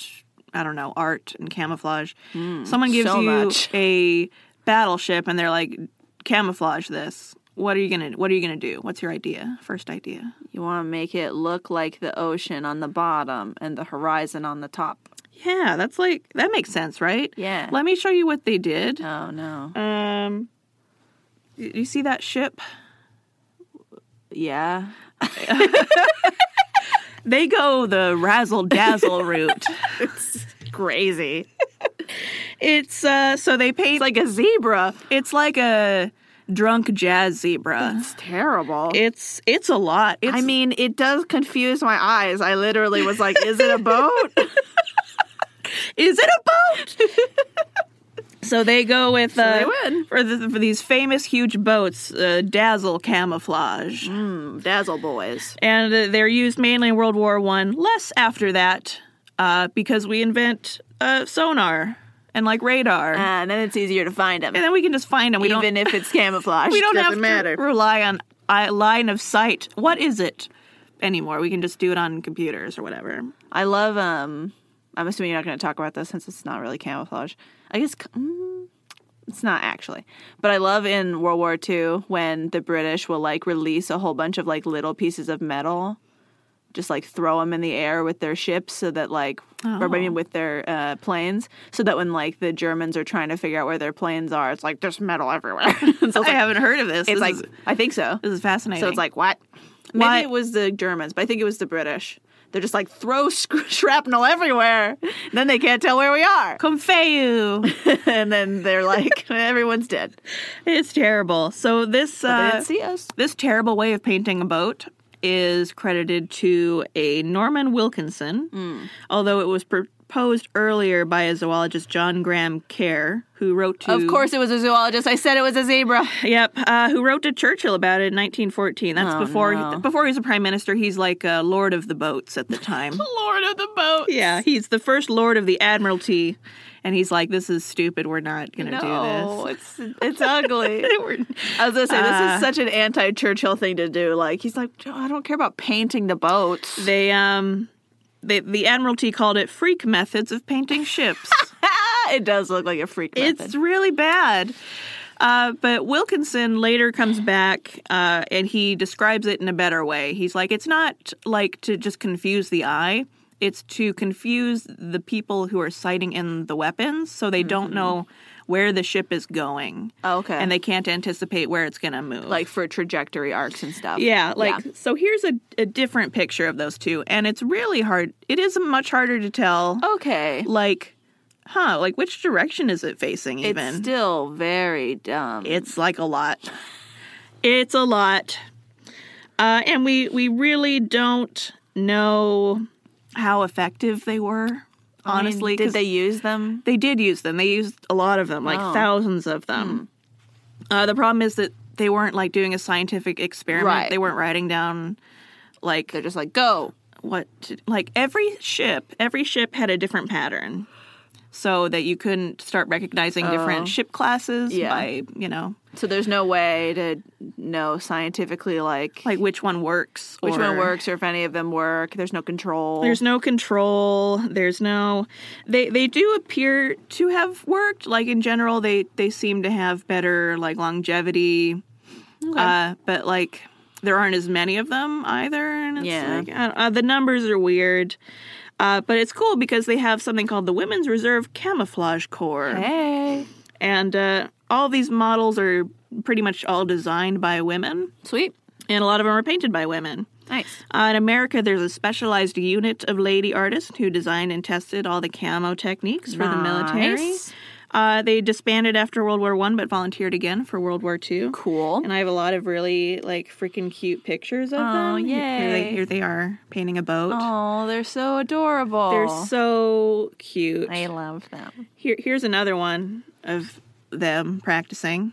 [SPEAKER 2] I don't know, art and camouflage, someone gives
[SPEAKER 1] so
[SPEAKER 2] you
[SPEAKER 1] much.
[SPEAKER 2] a battleship and they're like, camouflage this. What are you gonna What are you gonna do? What's your idea? First idea.
[SPEAKER 1] You want to make it look like the ocean on the bottom and the horizon on the top.
[SPEAKER 2] Yeah, that's like that makes sense, right?
[SPEAKER 1] Yeah.
[SPEAKER 2] Let me show you what they did.
[SPEAKER 1] Oh no.
[SPEAKER 2] Um, y- you see that ship?
[SPEAKER 1] Yeah.
[SPEAKER 2] They go the razzle dazzle route.
[SPEAKER 1] Crazy.
[SPEAKER 2] It's uh, so they paint
[SPEAKER 1] It's like a zebra.
[SPEAKER 2] it's like a drunk jazz zebra.
[SPEAKER 1] It's terrible.
[SPEAKER 2] It's it's a lot. It's,
[SPEAKER 1] I mean, it does confuse my eyes. I literally was like, is it a boat?
[SPEAKER 2] Is it a boat? so they go with uh,
[SPEAKER 1] they win.
[SPEAKER 2] for the, for these famous huge boats, uh, dazzle camouflage,
[SPEAKER 1] Hmm, Dazzle boys.
[SPEAKER 2] and uh, they're used mainly in World War One. Less after that, uh, because we invent uh, sonar and like radar,
[SPEAKER 1] And then it's easier to find them.
[SPEAKER 2] and then we can just find them. We
[SPEAKER 1] Uh, Even
[SPEAKER 2] don't
[SPEAKER 1] if it's camouflage.
[SPEAKER 2] we don't
[SPEAKER 1] doesn't
[SPEAKER 2] have to
[SPEAKER 1] matter.
[SPEAKER 2] rely on uh, line of sight. What is it anymore? We can just do it on computers or whatever.
[SPEAKER 1] I love um I'm assuming you're not going to talk about this since it's not really camouflage. I guess mm, it's not actually. But I love in World War II when the British will like release a whole bunch of like little pieces of metal just like throw them in the air with their ships so that like or
[SPEAKER 2] Oh.
[SPEAKER 1] maybe with their uh, planes so that when like the Germans are trying to figure out where their planes are it's like there's metal everywhere. so it's
[SPEAKER 2] I
[SPEAKER 1] like,
[SPEAKER 2] haven't heard of this.
[SPEAKER 1] it's
[SPEAKER 2] This
[SPEAKER 1] like
[SPEAKER 2] is-
[SPEAKER 1] I think so.
[SPEAKER 2] this is fascinating.
[SPEAKER 1] So it's like what?
[SPEAKER 2] Why-
[SPEAKER 1] Maybe it was the Germans, but I think it was the British. They're just like throw sc- shrapnel everywhere. Then they can't tell where we are,
[SPEAKER 2] Confeu.
[SPEAKER 1] and then they're like everyone's dead.
[SPEAKER 2] It's terrible. So this
[SPEAKER 1] But they
[SPEAKER 2] uh,
[SPEAKER 1] didn't see us.
[SPEAKER 2] this terrible way of painting a boat is credited to a Norman Wilkinson,
[SPEAKER 1] Hmm.
[SPEAKER 2] although it was proposed earlier by a zoologist John Graham Kerr, who wrote to
[SPEAKER 1] Of course, it was a zoologist. I said it was a zebra.
[SPEAKER 2] yep, uh, who wrote to Churchill about it in 1914. That's
[SPEAKER 1] Oh,
[SPEAKER 2] before
[SPEAKER 1] no.
[SPEAKER 2] before he was a prime minister. He's like uh, Lord of the Boats at the time.
[SPEAKER 1] Lord of the boat.
[SPEAKER 2] yeah, he's the first Lord of the Admiralty, and he's like, "This is stupid. We're not going to
[SPEAKER 1] No, it's it's ugly.
[SPEAKER 2] do this." We're-
[SPEAKER 1] I was gonna say this
[SPEAKER 2] Uh,
[SPEAKER 1] is such an anti-Churchill thing to do. Like he's like, "Joe, I don't care about painting the boats.
[SPEAKER 2] They um they, the admiralty called it freak methods of painting ships.
[SPEAKER 1] Ah, it does look like a freak.
[SPEAKER 2] it's
[SPEAKER 1] method.
[SPEAKER 2] really bad. Uh, but Wilkinson later comes back uh, and he describes it in a better way. He's like, it's not like to just confuse the eye, it's to confuse the people who are sighting in the weapons so they don't know where the ship is going
[SPEAKER 1] Oh, okay,
[SPEAKER 2] and they can't anticipate where it's going to move.
[SPEAKER 1] like for trajectory arcs and stuff.
[SPEAKER 2] Yeah, like so here's a, a different
[SPEAKER 1] Oh.
[SPEAKER 2] picture of those two and it's really hard it is much harder to tell
[SPEAKER 1] Okay.
[SPEAKER 2] like huh, like which direction is it facing even?
[SPEAKER 1] It's still very dumb.
[SPEAKER 2] It's like a lot. It's a lot. Uh, and we we really don't know how effective they were.
[SPEAKER 1] I mean,
[SPEAKER 2] Honestly,
[SPEAKER 1] did
[SPEAKER 2] 'cause
[SPEAKER 1] they Oh. use them?
[SPEAKER 2] they did use them. They used a lot of them, like
[SPEAKER 1] Wow.
[SPEAKER 2] thousands of them.
[SPEAKER 1] Hmm.
[SPEAKER 2] Uh, the problem is that they weren't like doing a scientific experiment.
[SPEAKER 1] Right.
[SPEAKER 2] They weren't writing down like
[SPEAKER 1] They're just like go.
[SPEAKER 2] what to, like every ship every ship had a different pattern so that you couldn't start recognizing
[SPEAKER 1] Oh.
[SPEAKER 2] different ship classes
[SPEAKER 1] Yeah.
[SPEAKER 2] by you know
[SPEAKER 1] So there's no way to know scientifically like,
[SPEAKER 2] like which one works
[SPEAKER 1] which one
[SPEAKER 2] or-
[SPEAKER 1] works or if any of them work. There's no control.
[SPEAKER 2] there's no control there's no they they do appear to have worked like in general they they seem to have better like longevity uh but like there aren't as many of them either and it's
[SPEAKER 1] Yeah.
[SPEAKER 2] like I don't- uh, the numbers are weird uh, but it's cool because they have something called the Women's Reserve Camouflage Corps.
[SPEAKER 1] hey,
[SPEAKER 2] And uh, all these models are pretty much all designed by women,
[SPEAKER 1] sweet,
[SPEAKER 2] and a lot of them are painted by women.
[SPEAKER 1] nice.
[SPEAKER 2] Uh, in America, there's a specialized unit of lady artists who designed and tested all the camo techniques for the military.
[SPEAKER 1] Nice.
[SPEAKER 2] Uh, they disbanded after World War One, but volunteered again for World War Two.
[SPEAKER 1] Cool.
[SPEAKER 2] And I have a lot of really like freaking cute pictures of
[SPEAKER 1] Oh,
[SPEAKER 2] them. Here they,
[SPEAKER 1] yay.
[SPEAKER 2] here they are painting a boat.
[SPEAKER 1] Oh, they're so adorable.
[SPEAKER 2] They're so cute.
[SPEAKER 1] I love them.
[SPEAKER 2] Here, here's another one of them practicing.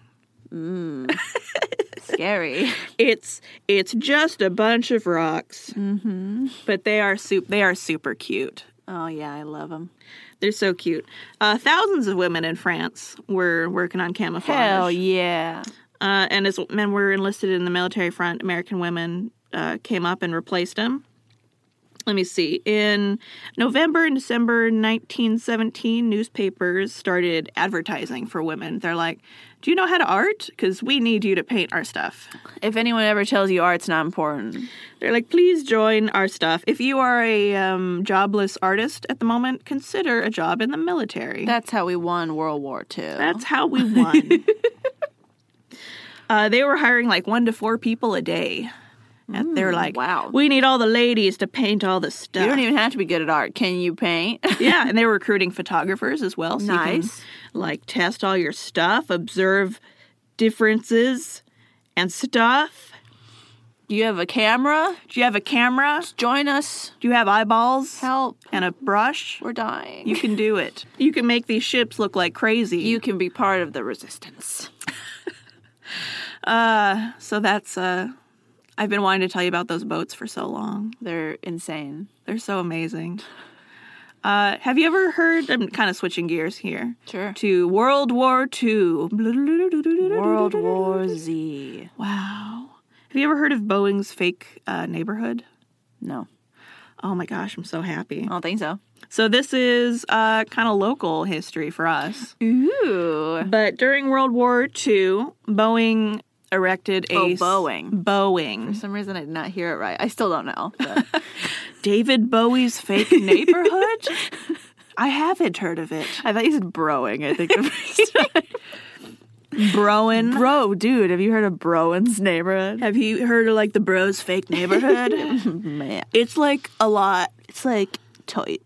[SPEAKER 1] Scary.
[SPEAKER 2] It's it's just a bunch of rocks, mm-hmm. but they are soup. They are super cute.
[SPEAKER 1] oh yeah, I love them.
[SPEAKER 2] They're so cute. Uh, thousands of women in France were working on camouflage.
[SPEAKER 1] Hell yeah.
[SPEAKER 2] Uh, and as men were enlisted in the military front, American women uh, came up and replaced them. Let me see. In November and December 1917, newspapers started advertising for women. They're like, "Do you know how to art? Because we need you to paint our stuff."
[SPEAKER 1] If anyone ever tells you art's not important,
[SPEAKER 2] They're like, please join our stuff. If you are a um, jobless artist at the moment, consider a job in the military.
[SPEAKER 1] that's how we won World War II.
[SPEAKER 2] That's how we won. uh, they were hiring like one to four people a day. And they were like,
[SPEAKER 1] Mm, wow.
[SPEAKER 2] we need all the ladies to paint all the stuff.
[SPEAKER 1] you don't even have to be good at art. Can you paint?
[SPEAKER 2] yeah, and they were recruiting photographers as well. So
[SPEAKER 1] Nice.
[SPEAKER 2] You can, like, test all your stuff, observe differences and stuff.
[SPEAKER 1] Do you have a camera?
[SPEAKER 2] Do you have a camera?
[SPEAKER 1] Join us.
[SPEAKER 2] Do you have eyeballs?
[SPEAKER 1] Help.
[SPEAKER 2] And a brush?
[SPEAKER 1] We're dying.
[SPEAKER 2] You
[SPEAKER 1] You,
[SPEAKER 2] can do it. You can make these ships look like crazy.
[SPEAKER 1] can be part of the resistance.
[SPEAKER 2] uh, so that's uh, I've been wanting to tell you about those boats for so long.
[SPEAKER 1] They're insane.
[SPEAKER 2] They're so amazing. Uh, have you ever heard? I'm kind of switching gears here
[SPEAKER 1] Sure.
[SPEAKER 2] to World War II.
[SPEAKER 1] World War Z.
[SPEAKER 2] Wow. Have you ever heard of Boeing's fake uh, neighborhood?
[SPEAKER 1] No.
[SPEAKER 2] Oh my gosh, I'm so happy.
[SPEAKER 1] I don't think so.
[SPEAKER 2] So this is uh, kind of local history for us.
[SPEAKER 1] Ooh.
[SPEAKER 2] But during World War II, Boeing erected a
[SPEAKER 1] Oh,
[SPEAKER 2] s-
[SPEAKER 1] Boeing. For
[SPEAKER 2] Boeing.
[SPEAKER 1] some reason, I did not hear it right. I still don't know. but-
[SPEAKER 2] David Bowie's fake neighborhood. I haven't heard of it.
[SPEAKER 1] I thought you said broing. I think the first time.
[SPEAKER 2] Broen.
[SPEAKER 1] Bro, dude, have you heard of Broin's neighborhood?
[SPEAKER 2] Have you heard of like the Bro's fake neighborhood?
[SPEAKER 1] Man.
[SPEAKER 2] it's like a lot.
[SPEAKER 1] It's like tight.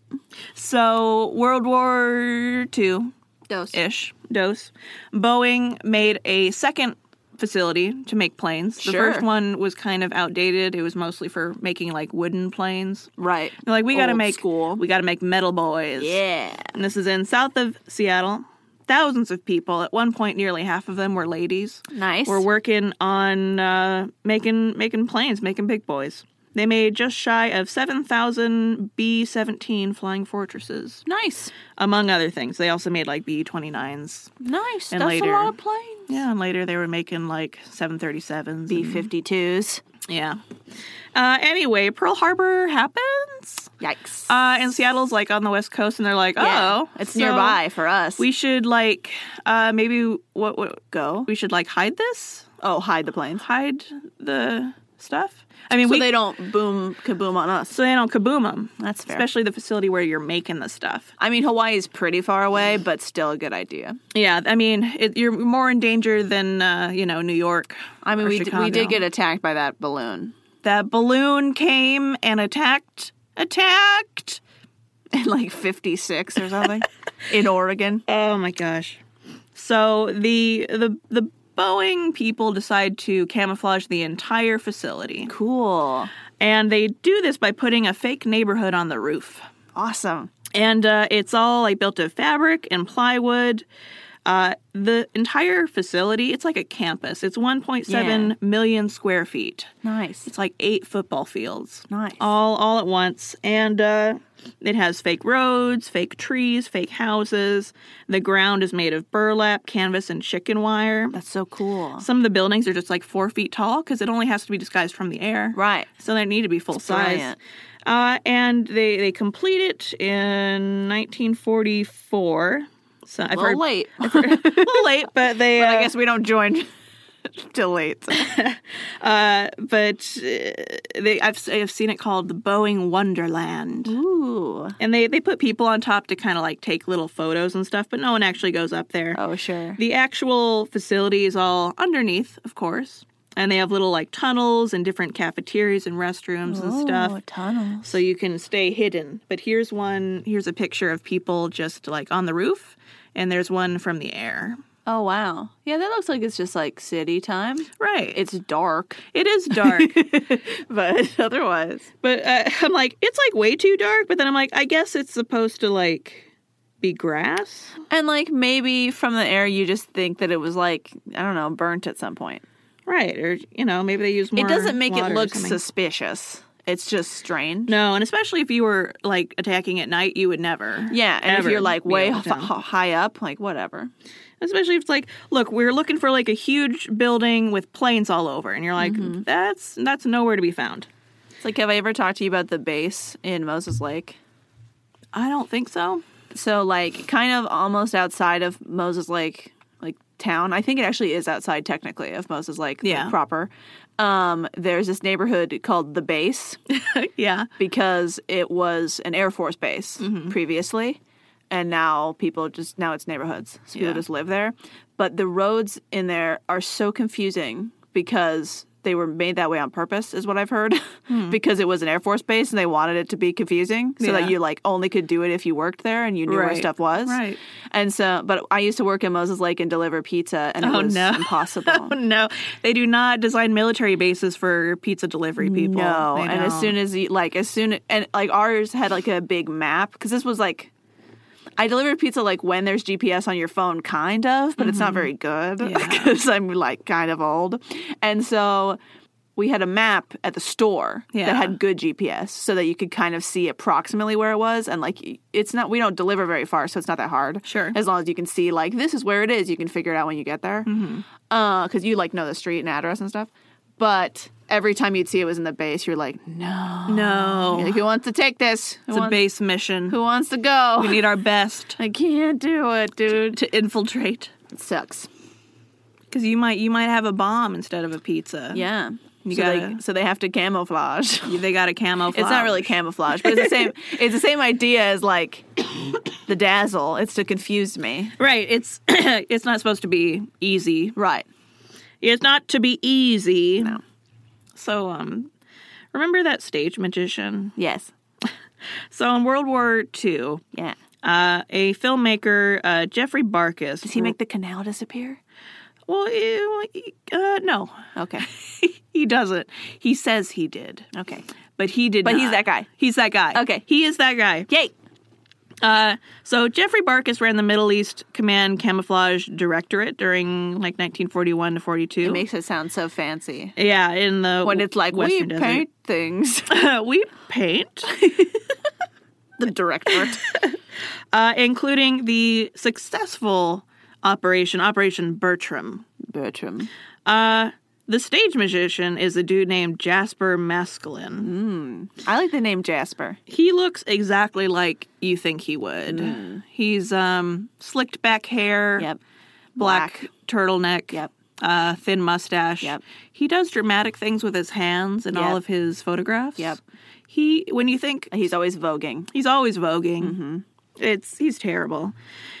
[SPEAKER 2] So World War II
[SPEAKER 1] Dose.
[SPEAKER 2] ish dose. Boeing made a second facility to make planes. The
[SPEAKER 1] Sure.
[SPEAKER 2] first one was kind of outdated. It was mostly for making like wooden planes.
[SPEAKER 1] Right.
[SPEAKER 2] They're like we got to
[SPEAKER 1] Old
[SPEAKER 2] make
[SPEAKER 1] school.
[SPEAKER 2] we got to make metal boys.
[SPEAKER 1] Yeah.
[SPEAKER 2] And this is in south of Seattle. Thousands of people. At one point, nearly half of them were ladies.
[SPEAKER 1] Nice.
[SPEAKER 2] Were working on uh, making making planes, making big boys. They made just shy of seven thousand B seventeen flying fortresses,
[SPEAKER 1] nice.
[SPEAKER 2] among other things. They also made like B twenty nines.
[SPEAKER 1] Nice.
[SPEAKER 2] And
[SPEAKER 1] That's
[SPEAKER 2] later-
[SPEAKER 1] a lot of planes.
[SPEAKER 2] Yeah, and later they were making like seven thirty sevens.
[SPEAKER 1] B 52s.
[SPEAKER 2] Yeah. Uh, anyway, Pearl Harbor happens,
[SPEAKER 1] Yikes.
[SPEAKER 2] uh, and Seattle's like on the west coast, and they're like, oh,
[SPEAKER 1] Yeah, it's
[SPEAKER 2] so
[SPEAKER 1] nearby for us.
[SPEAKER 2] We should like uh, maybe what what
[SPEAKER 1] go.
[SPEAKER 2] we should like hide this.
[SPEAKER 1] Oh, hide the planes.
[SPEAKER 2] hide the stuff. I mean,
[SPEAKER 1] So
[SPEAKER 2] we
[SPEAKER 1] they don't boom kaboom on us.
[SPEAKER 2] so they don't kaboom them.
[SPEAKER 1] That's fair.
[SPEAKER 2] Especially the facility where you're making the stuff.
[SPEAKER 1] I mean, Hawaii's pretty far away, but still a good idea.
[SPEAKER 2] Yeah, I mean, it, you're more in danger than uh, you know New York.
[SPEAKER 1] I mean,
[SPEAKER 2] or
[SPEAKER 1] we, d- we
[SPEAKER 2] Chicago.
[SPEAKER 1] did get attacked by that balloon.
[SPEAKER 2] that balloon came and attacked, attacked
[SPEAKER 1] in like 56 or something in Oregon.
[SPEAKER 2] Oh my gosh. So the the the Boeing people decide to camouflage the entire facility.
[SPEAKER 1] Cool.
[SPEAKER 2] And they do this by putting a fake neighborhood on the roof.
[SPEAKER 1] Awesome.
[SPEAKER 2] And uh, it's all like built of fabric and plywood. Uh, the entire facility, it's like a campus. It's 1.7 million
[SPEAKER 1] Yeah.
[SPEAKER 2] square feet.
[SPEAKER 1] Nice.
[SPEAKER 2] It's like eight football fields.
[SPEAKER 1] Nice.
[SPEAKER 2] All all at once. And uh, it has fake roads, fake trees, fake houses. The ground is made of burlap, canvas, and chicken wire.
[SPEAKER 1] That's so cool.
[SPEAKER 2] Some of the buildings are just like four feet tall because it only has to be disguised from the air.
[SPEAKER 1] Right.
[SPEAKER 2] So they need to be full size.
[SPEAKER 1] brilliant.
[SPEAKER 2] Uh, and they, they complete it in 1944. So I've
[SPEAKER 1] A
[SPEAKER 2] heard
[SPEAKER 1] little late.
[SPEAKER 2] a little late, but they.
[SPEAKER 1] I
[SPEAKER 2] uh,
[SPEAKER 1] guess we don't join till late.
[SPEAKER 2] Uh, but uh, they, I've s- I've seen it called the Boeing Wonderland,
[SPEAKER 1] Ooh.
[SPEAKER 2] and they they put people on top to kind of like take little photos and stuff, but no one actually goes up there.
[SPEAKER 1] Oh, sure.
[SPEAKER 2] The actual facility is all underneath, of course, and they have little like tunnels and different cafeterias and restrooms and
[SPEAKER 1] Oh,
[SPEAKER 2] stuff.
[SPEAKER 1] tunnels.
[SPEAKER 2] So you can stay hidden. But here's one. Here's a picture of people just like on the roof, and there's one from the air.
[SPEAKER 1] Oh, wow. Yeah, that looks like it's just like city time.
[SPEAKER 2] Right. It's
[SPEAKER 1] It's dark,
[SPEAKER 2] it is dark.
[SPEAKER 1] but otherwise.
[SPEAKER 2] But uh, I'm like, it's like way too dark. But then I'm like, I guess it's supposed to like be grass.
[SPEAKER 1] And like maybe from the air, you just think that it was like, I don't know, burnt at some point.
[SPEAKER 2] Right. Or, you know, maybe they use more.
[SPEAKER 1] it doesn't make it
[SPEAKER 2] water or
[SPEAKER 1] look
[SPEAKER 2] something.
[SPEAKER 1] suspicious. It's just strange.
[SPEAKER 2] No, and especially if you were like attacking at night, you would never.
[SPEAKER 1] Yeah, and
[SPEAKER 2] ever
[SPEAKER 1] if you're like
[SPEAKER 2] be
[SPEAKER 1] way
[SPEAKER 2] able
[SPEAKER 1] off,
[SPEAKER 2] to tell.
[SPEAKER 1] high up, like whatever.
[SPEAKER 2] Especially if it's like, look, we're looking for like a huge building with planes all over, and you're like,
[SPEAKER 1] Mm-hmm.
[SPEAKER 2] that's that's nowhere to be found.
[SPEAKER 1] It's like, have I ever talked to you about the base in Moses Lake?
[SPEAKER 2] I don't think so.
[SPEAKER 1] So, like, kind of almost outside of Moses Lake, like town. I think it actually is outside technically of Moses Lake, like,
[SPEAKER 2] Yeah.
[SPEAKER 1] proper. Um, there's this neighborhood called the Base
[SPEAKER 2] yeah.
[SPEAKER 1] because it was an Air Force base
[SPEAKER 2] Mm-hmm.
[SPEAKER 1] previously, and now people just now it's neighborhoods, so
[SPEAKER 2] Yeah.
[SPEAKER 1] people just live there. But the roads in there are so confusing because they were made that way on purpose, is what I've heard, because it was an Air Force base and they wanted it to be confusing
[SPEAKER 2] Hmm.
[SPEAKER 1] so
[SPEAKER 2] Yeah.
[SPEAKER 1] that you like only could do it if you worked there and you knew where
[SPEAKER 2] Right.
[SPEAKER 1] stuff was.
[SPEAKER 2] Right.
[SPEAKER 1] And so, but I used to work in Moses Lake and deliver pizza, and it
[SPEAKER 2] Oh,
[SPEAKER 1] was
[SPEAKER 2] no.
[SPEAKER 1] impossible.
[SPEAKER 2] No, they do not design military bases for pizza delivery people.
[SPEAKER 1] No,
[SPEAKER 2] They
[SPEAKER 1] and as
[SPEAKER 2] don't.
[SPEAKER 1] soon as you like, as soon and like ours had like a big map because this was like, I delivered pizza like when there's GPS on your phone, kind of, but it's not very good
[SPEAKER 2] Mm-hmm. Yeah.
[SPEAKER 1] because I'm like kind of old, and so we had a map at the store
[SPEAKER 2] Yeah.
[SPEAKER 1] that had good GPS so that you could kind of see approximately where it was, and like it's not we don't deliver very far, so it's not that hard.
[SPEAKER 2] Sure.
[SPEAKER 1] as long as you can see like this is where it is, you can figure it out when you get there
[SPEAKER 2] Mm-hmm.
[SPEAKER 1] because you like know the street and address and stuff. But every time you'd see it was in the base, you're like, no,
[SPEAKER 2] No.
[SPEAKER 1] You're like, who wants to take this? Who,
[SPEAKER 2] It's a
[SPEAKER 1] wants,
[SPEAKER 2] base mission.
[SPEAKER 1] who wants to go?
[SPEAKER 2] We need our best
[SPEAKER 1] I can't do it, dude.
[SPEAKER 2] to infiltrate.
[SPEAKER 1] It sucks.
[SPEAKER 2] Because you might you might have a bomb instead of a pizza.
[SPEAKER 1] Yeah.
[SPEAKER 2] You
[SPEAKER 1] so, they,
[SPEAKER 2] gotta-
[SPEAKER 1] so they have to camouflage.
[SPEAKER 2] They got a camouflage.
[SPEAKER 1] It's not really camouflage, but it's the same. it's the same idea as like the dazzle. It's to confuse me,
[SPEAKER 2] Right. It's it's not supposed to be easy.
[SPEAKER 1] right?
[SPEAKER 2] It's not to be easy. No. So um remember that stage magician?
[SPEAKER 1] Yes,
[SPEAKER 2] So in World War II,
[SPEAKER 1] yeah.
[SPEAKER 2] uh, a filmmaker, uh, Jeffrey Barkas.
[SPEAKER 1] Does he make the canal disappear?
[SPEAKER 2] Well, eh, uh, no,
[SPEAKER 1] Okay,
[SPEAKER 2] he doesn't. He says he did,
[SPEAKER 1] okay,
[SPEAKER 2] but he did.
[SPEAKER 1] But he's
[SPEAKER 2] not.
[SPEAKER 1] that guy.
[SPEAKER 2] He's that guy.
[SPEAKER 1] Okay.
[SPEAKER 2] he is that guy.
[SPEAKER 1] yay!
[SPEAKER 2] Uh, so Jeffrey Barkas ran the Middle East Command Camouflage Directorate during like 1941 to 42.
[SPEAKER 1] It makes it sound so fancy
[SPEAKER 2] yeah, in the
[SPEAKER 1] when it's like we
[SPEAKER 2] Western
[SPEAKER 1] paint things.
[SPEAKER 2] desert. we paint,
[SPEAKER 1] the directorate.
[SPEAKER 2] uh, including the successful operation Operation Bertram.
[SPEAKER 1] Bertram.
[SPEAKER 2] Uh, the stage magician is a dude named Jasper Maskelyne.
[SPEAKER 1] I like the name Jasper.
[SPEAKER 2] He looks exactly like you think he would. He's um slicked back hair.
[SPEAKER 1] Mm. Yep.
[SPEAKER 2] black, turtleneck.
[SPEAKER 1] Yep.
[SPEAKER 2] Uh, thin mustache.
[SPEAKER 1] Yep.
[SPEAKER 2] He does dramatic things with his hands in all
[SPEAKER 1] Yep.
[SPEAKER 2] of his photographs.
[SPEAKER 1] Yep.
[SPEAKER 2] He, when you think
[SPEAKER 1] He's always voguing.
[SPEAKER 2] he's always voguing,
[SPEAKER 1] Mm-hmm.
[SPEAKER 2] it's he's terrible.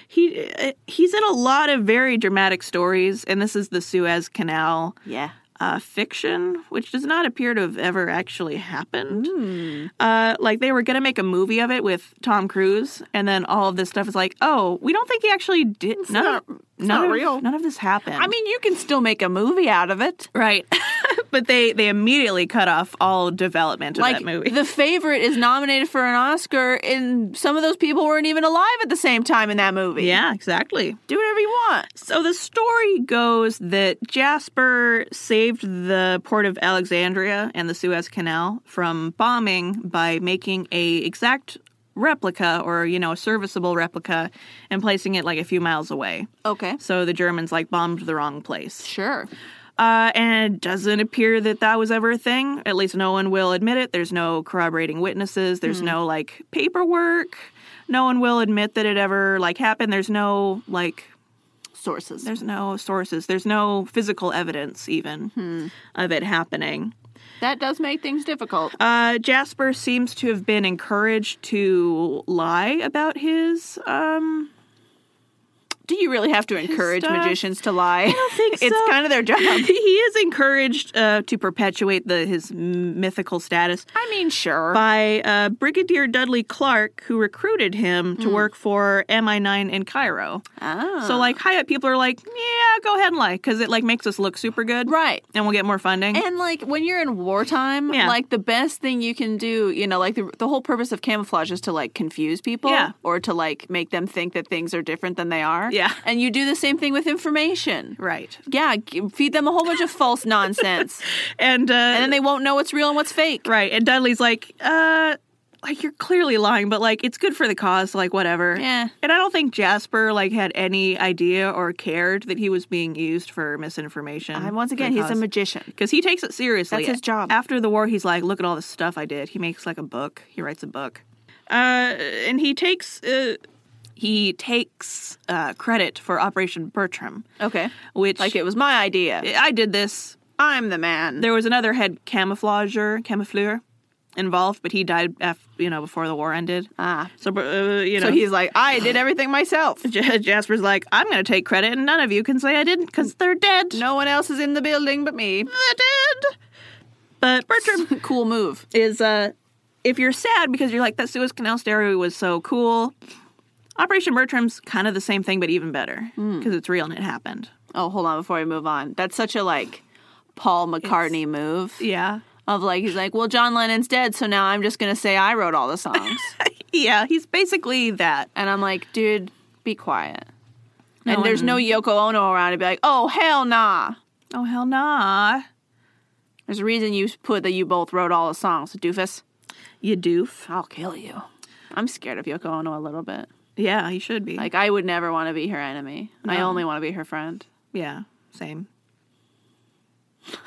[SPEAKER 2] He uh, he's in a lot of very dramatic stories, and this is the Suez Canal.
[SPEAKER 1] Yeah.
[SPEAKER 2] uh, fiction, which does not appear to have ever actually happened.
[SPEAKER 1] Hmm.
[SPEAKER 2] Uh, like they were going to make a movie of it with Tom Cruise, and then all of this stuff is like, oh, we don't think he actually did. none
[SPEAKER 1] not-
[SPEAKER 2] of,
[SPEAKER 1] it's
[SPEAKER 2] none
[SPEAKER 1] not
[SPEAKER 2] of-
[SPEAKER 1] real.
[SPEAKER 2] None of this happened.
[SPEAKER 1] I mean, you can still make a movie out of it.
[SPEAKER 2] right? but they they immediately cut off all development of
[SPEAKER 1] Like
[SPEAKER 2] that movie.
[SPEAKER 1] the favorite is nominated for an Oscar, and some of those people weren't even alive at the same time in that movie.
[SPEAKER 2] yeah, exactly.
[SPEAKER 1] do whatever you want.
[SPEAKER 2] So the story goes that Jasper saved the port of Alexandria and the Suez Canal from bombing by making a exact replica or you know a serviceable replica and placing it like a few miles away.
[SPEAKER 1] Okay,
[SPEAKER 2] So the Germans like bombed the wrong place.
[SPEAKER 1] sure.
[SPEAKER 2] Uh, and it doesn't appear that that was ever a thing. At least no one will admit it. There's no corroborating witnesses. There's no like paperwork. No one will admit that it ever like happened. There's no like
[SPEAKER 1] Sources.
[SPEAKER 2] there's no sources. There's no physical evidence even
[SPEAKER 1] Hmm.
[SPEAKER 2] of it happening.
[SPEAKER 1] that does make things difficult.
[SPEAKER 2] Uh, Jasper seems to have been encouraged to lie about his. Um,
[SPEAKER 1] Do you really have to encourage
[SPEAKER 2] stuff.
[SPEAKER 1] magicians to lie? I don't
[SPEAKER 2] think
[SPEAKER 1] it's
[SPEAKER 2] so.
[SPEAKER 1] kind of their job.
[SPEAKER 2] he is encouraged uh, to perpetuate the, his m- mythical status
[SPEAKER 1] I mean, sure.
[SPEAKER 2] by uh, Brigadier Dudley Clark, who recruited him to work for MI9 in Cairo.
[SPEAKER 1] Hmm. Ah.
[SPEAKER 2] So, like, high up people are like, "Yeah, go ahead and lie," because it like makes us look super good,
[SPEAKER 1] right.
[SPEAKER 2] And we'll get more funding.
[SPEAKER 1] And like when you're in wartime,
[SPEAKER 2] Yeah.
[SPEAKER 1] like the best thing you can do, you know, like the, the whole purpose of camouflage is to like confuse people
[SPEAKER 2] Yeah.
[SPEAKER 1] or to like make them think that things are different than they are.
[SPEAKER 2] Yeah.
[SPEAKER 1] And you do the same thing with information.
[SPEAKER 2] right.
[SPEAKER 1] Yeah, g- feed them a whole bunch of false nonsense
[SPEAKER 2] And uh,
[SPEAKER 1] and then they won't know what's real and what's fake.
[SPEAKER 2] Right. And Dudley's like, uh, like you're clearly lying, but like it's good for the cause, like whatever.
[SPEAKER 1] Yeah.
[SPEAKER 2] And I don't think Jasper like had any idea or cared that he was being used for misinformation.
[SPEAKER 1] And once again, he's a magician.
[SPEAKER 2] because he takes it seriously.
[SPEAKER 1] That's his job.
[SPEAKER 2] After the war, he's like, look at all the stuff I did. He makes like a book. He writes a book. Uh, and he takes uh, he takes uh, credit for Operation Bertram,
[SPEAKER 1] Okay.
[SPEAKER 2] which
[SPEAKER 1] Like it was my idea.
[SPEAKER 2] I did this
[SPEAKER 1] I'm the man.
[SPEAKER 2] there was another head camouflager, camoufleur, involved, but he died, af- you know, before the war ended.
[SPEAKER 1] Ah.
[SPEAKER 2] So, uh, you know,
[SPEAKER 1] So he's like, I did everything myself.
[SPEAKER 2] J- Jasper's like, I'm going to take credit, and none of you can say I didn't, because they're dead.
[SPEAKER 1] No one else is in the building but me.
[SPEAKER 2] they're dead. But Bertram
[SPEAKER 1] cool move.
[SPEAKER 2] is, uh, if you're sad because you're like that Suez Canal story was so cool, Operation Bertram's kind of the same thing, but even better because it's real and it happened.
[SPEAKER 1] Oh, hold on before we move on. That's such a like Paul McCartney move
[SPEAKER 2] Yeah,
[SPEAKER 1] of like he's like, well, John Lennon's dead, so now I'm just gonna say I wrote all the songs,
[SPEAKER 2] yeah, he's basically that.
[SPEAKER 1] and I'm like, dude, be quiet. and
[SPEAKER 2] No
[SPEAKER 1] there's no Yoko Ono around to be like, oh hell nah.
[SPEAKER 2] Oh hell nah,
[SPEAKER 1] There's a reason you put that you both wrote all the songs, doofus.
[SPEAKER 2] you doof.
[SPEAKER 1] I'll kill you. I'm scared of Yoko Ono a little bit.
[SPEAKER 2] Yeah, he should be.
[SPEAKER 1] Like I would never want to be her enemy. I
[SPEAKER 2] No.
[SPEAKER 1] only want to be her friend.
[SPEAKER 2] Yeah, same.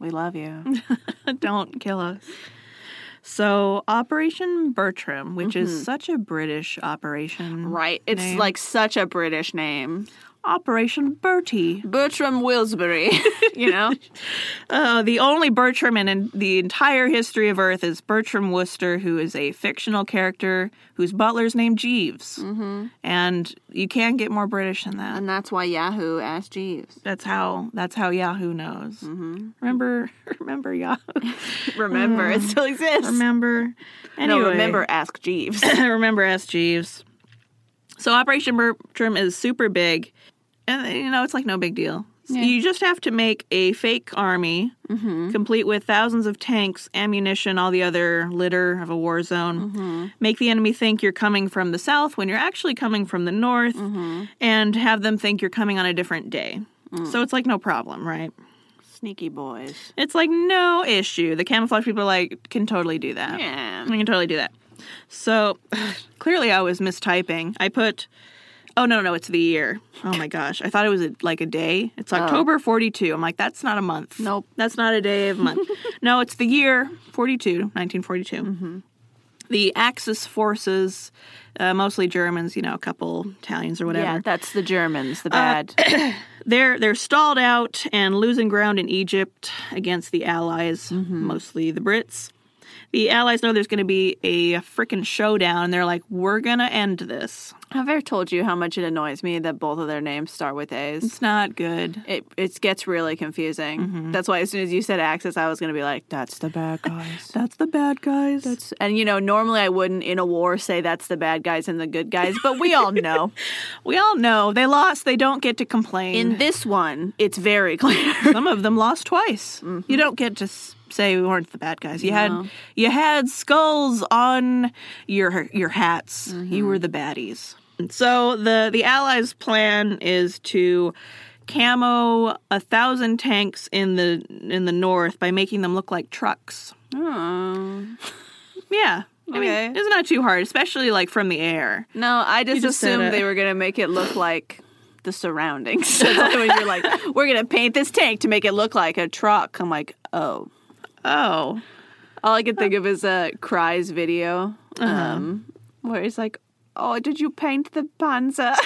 [SPEAKER 1] We love you.
[SPEAKER 2] Don't kill us. So, Operation Bertram, which is such a British operation.
[SPEAKER 1] Mm-hmm. Right. It's
[SPEAKER 2] Name.
[SPEAKER 1] like such a British name.
[SPEAKER 2] Operation Bertie.
[SPEAKER 1] Bertram Wilsbury, you know?
[SPEAKER 2] Uh, the only Bertram in, in the entire history of Earth is Bertram Wooster, who is a fictional character whose butler's named Jeeves. Mm-hmm. And you can't get more British than that.
[SPEAKER 1] And that's why Yahoo asked Jeeves.
[SPEAKER 2] That's how. That's how Yahoo knows. Mm-hmm. Remember, remember Yahoo.
[SPEAKER 1] Remember, it still exists.
[SPEAKER 2] remember. Anyway.
[SPEAKER 1] Mm. No, remember, ask Jeeves.
[SPEAKER 2] remember S. Jeeves. So Operation Bertram is super big, and you know it's like no big deal.
[SPEAKER 1] Yeah.
[SPEAKER 2] You just have to make a fake army, complete with thousands of tanks, ammunition, all the other litter of a war zone. Make the enemy think you're coming from the south when you're actually coming from the north, and have them think you're coming on a different day. So it's like no problem, right?
[SPEAKER 1] Sneaky boys.
[SPEAKER 2] It's like no issue. The camouflage people like can totally do that.
[SPEAKER 1] Yeah.
[SPEAKER 2] I can totally do that. So clearly I was mistyping. I put Oh no, no, it's the year. Oh my gosh. I thought it was a, like a day. It's October 42. I'm like that's not a month.
[SPEAKER 1] Oh. Nope.
[SPEAKER 2] That's not a day of a month. no, it's the year 42, 1942.
[SPEAKER 1] Mm-hmm.
[SPEAKER 2] The Axis forces, uh, mostly Germans, you know, a couple Italians or whatever
[SPEAKER 1] Yeah, that's the Germans, the bad.
[SPEAKER 2] they're they're stalled Mm-hmm. out and losing ground in Egypt against the Allies, mostly the Brits. The allies know there's going to be a freaking showdown, and they're like, "We're going to end this.
[SPEAKER 1] Have I ever told you how much it annoys me that both of their names start with A's?
[SPEAKER 2] It's not good."
[SPEAKER 1] It it gets really confusing. That's why as soon as you said Axis, I was going to be like, "That's the bad guys."
[SPEAKER 2] That's the bad guys.
[SPEAKER 1] That's and you know normally I wouldn't in a war say that's the bad guys and the good guys, but we all know.
[SPEAKER 2] we all know they lost. They don't get to complain.
[SPEAKER 1] in this one, it's very clear.
[SPEAKER 2] Some of them lost twice. You don't get to s- say we weren't the bad guys. You had you had skulls on your your hats. You were the baddies. So the the allies' plan is to camo a thousand tanks in the in the north by making them look like trucks. Yeah. I
[SPEAKER 1] Okay.
[SPEAKER 2] mean, it's not too hard, especially like from the air.
[SPEAKER 1] No, I just,
[SPEAKER 2] just said
[SPEAKER 1] assumed
[SPEAKER 2] it.
[SPEAKER 1] they were going to make it look like the surroundings. That's why when you're like, we're going to paint this tank to make it look like a truck. I'm like, oh.
[SPEAKER 2] Oh,
[SPEAKER 1] All I could think of is a Cries video um, where he's like, oh, did you paint the Panzer?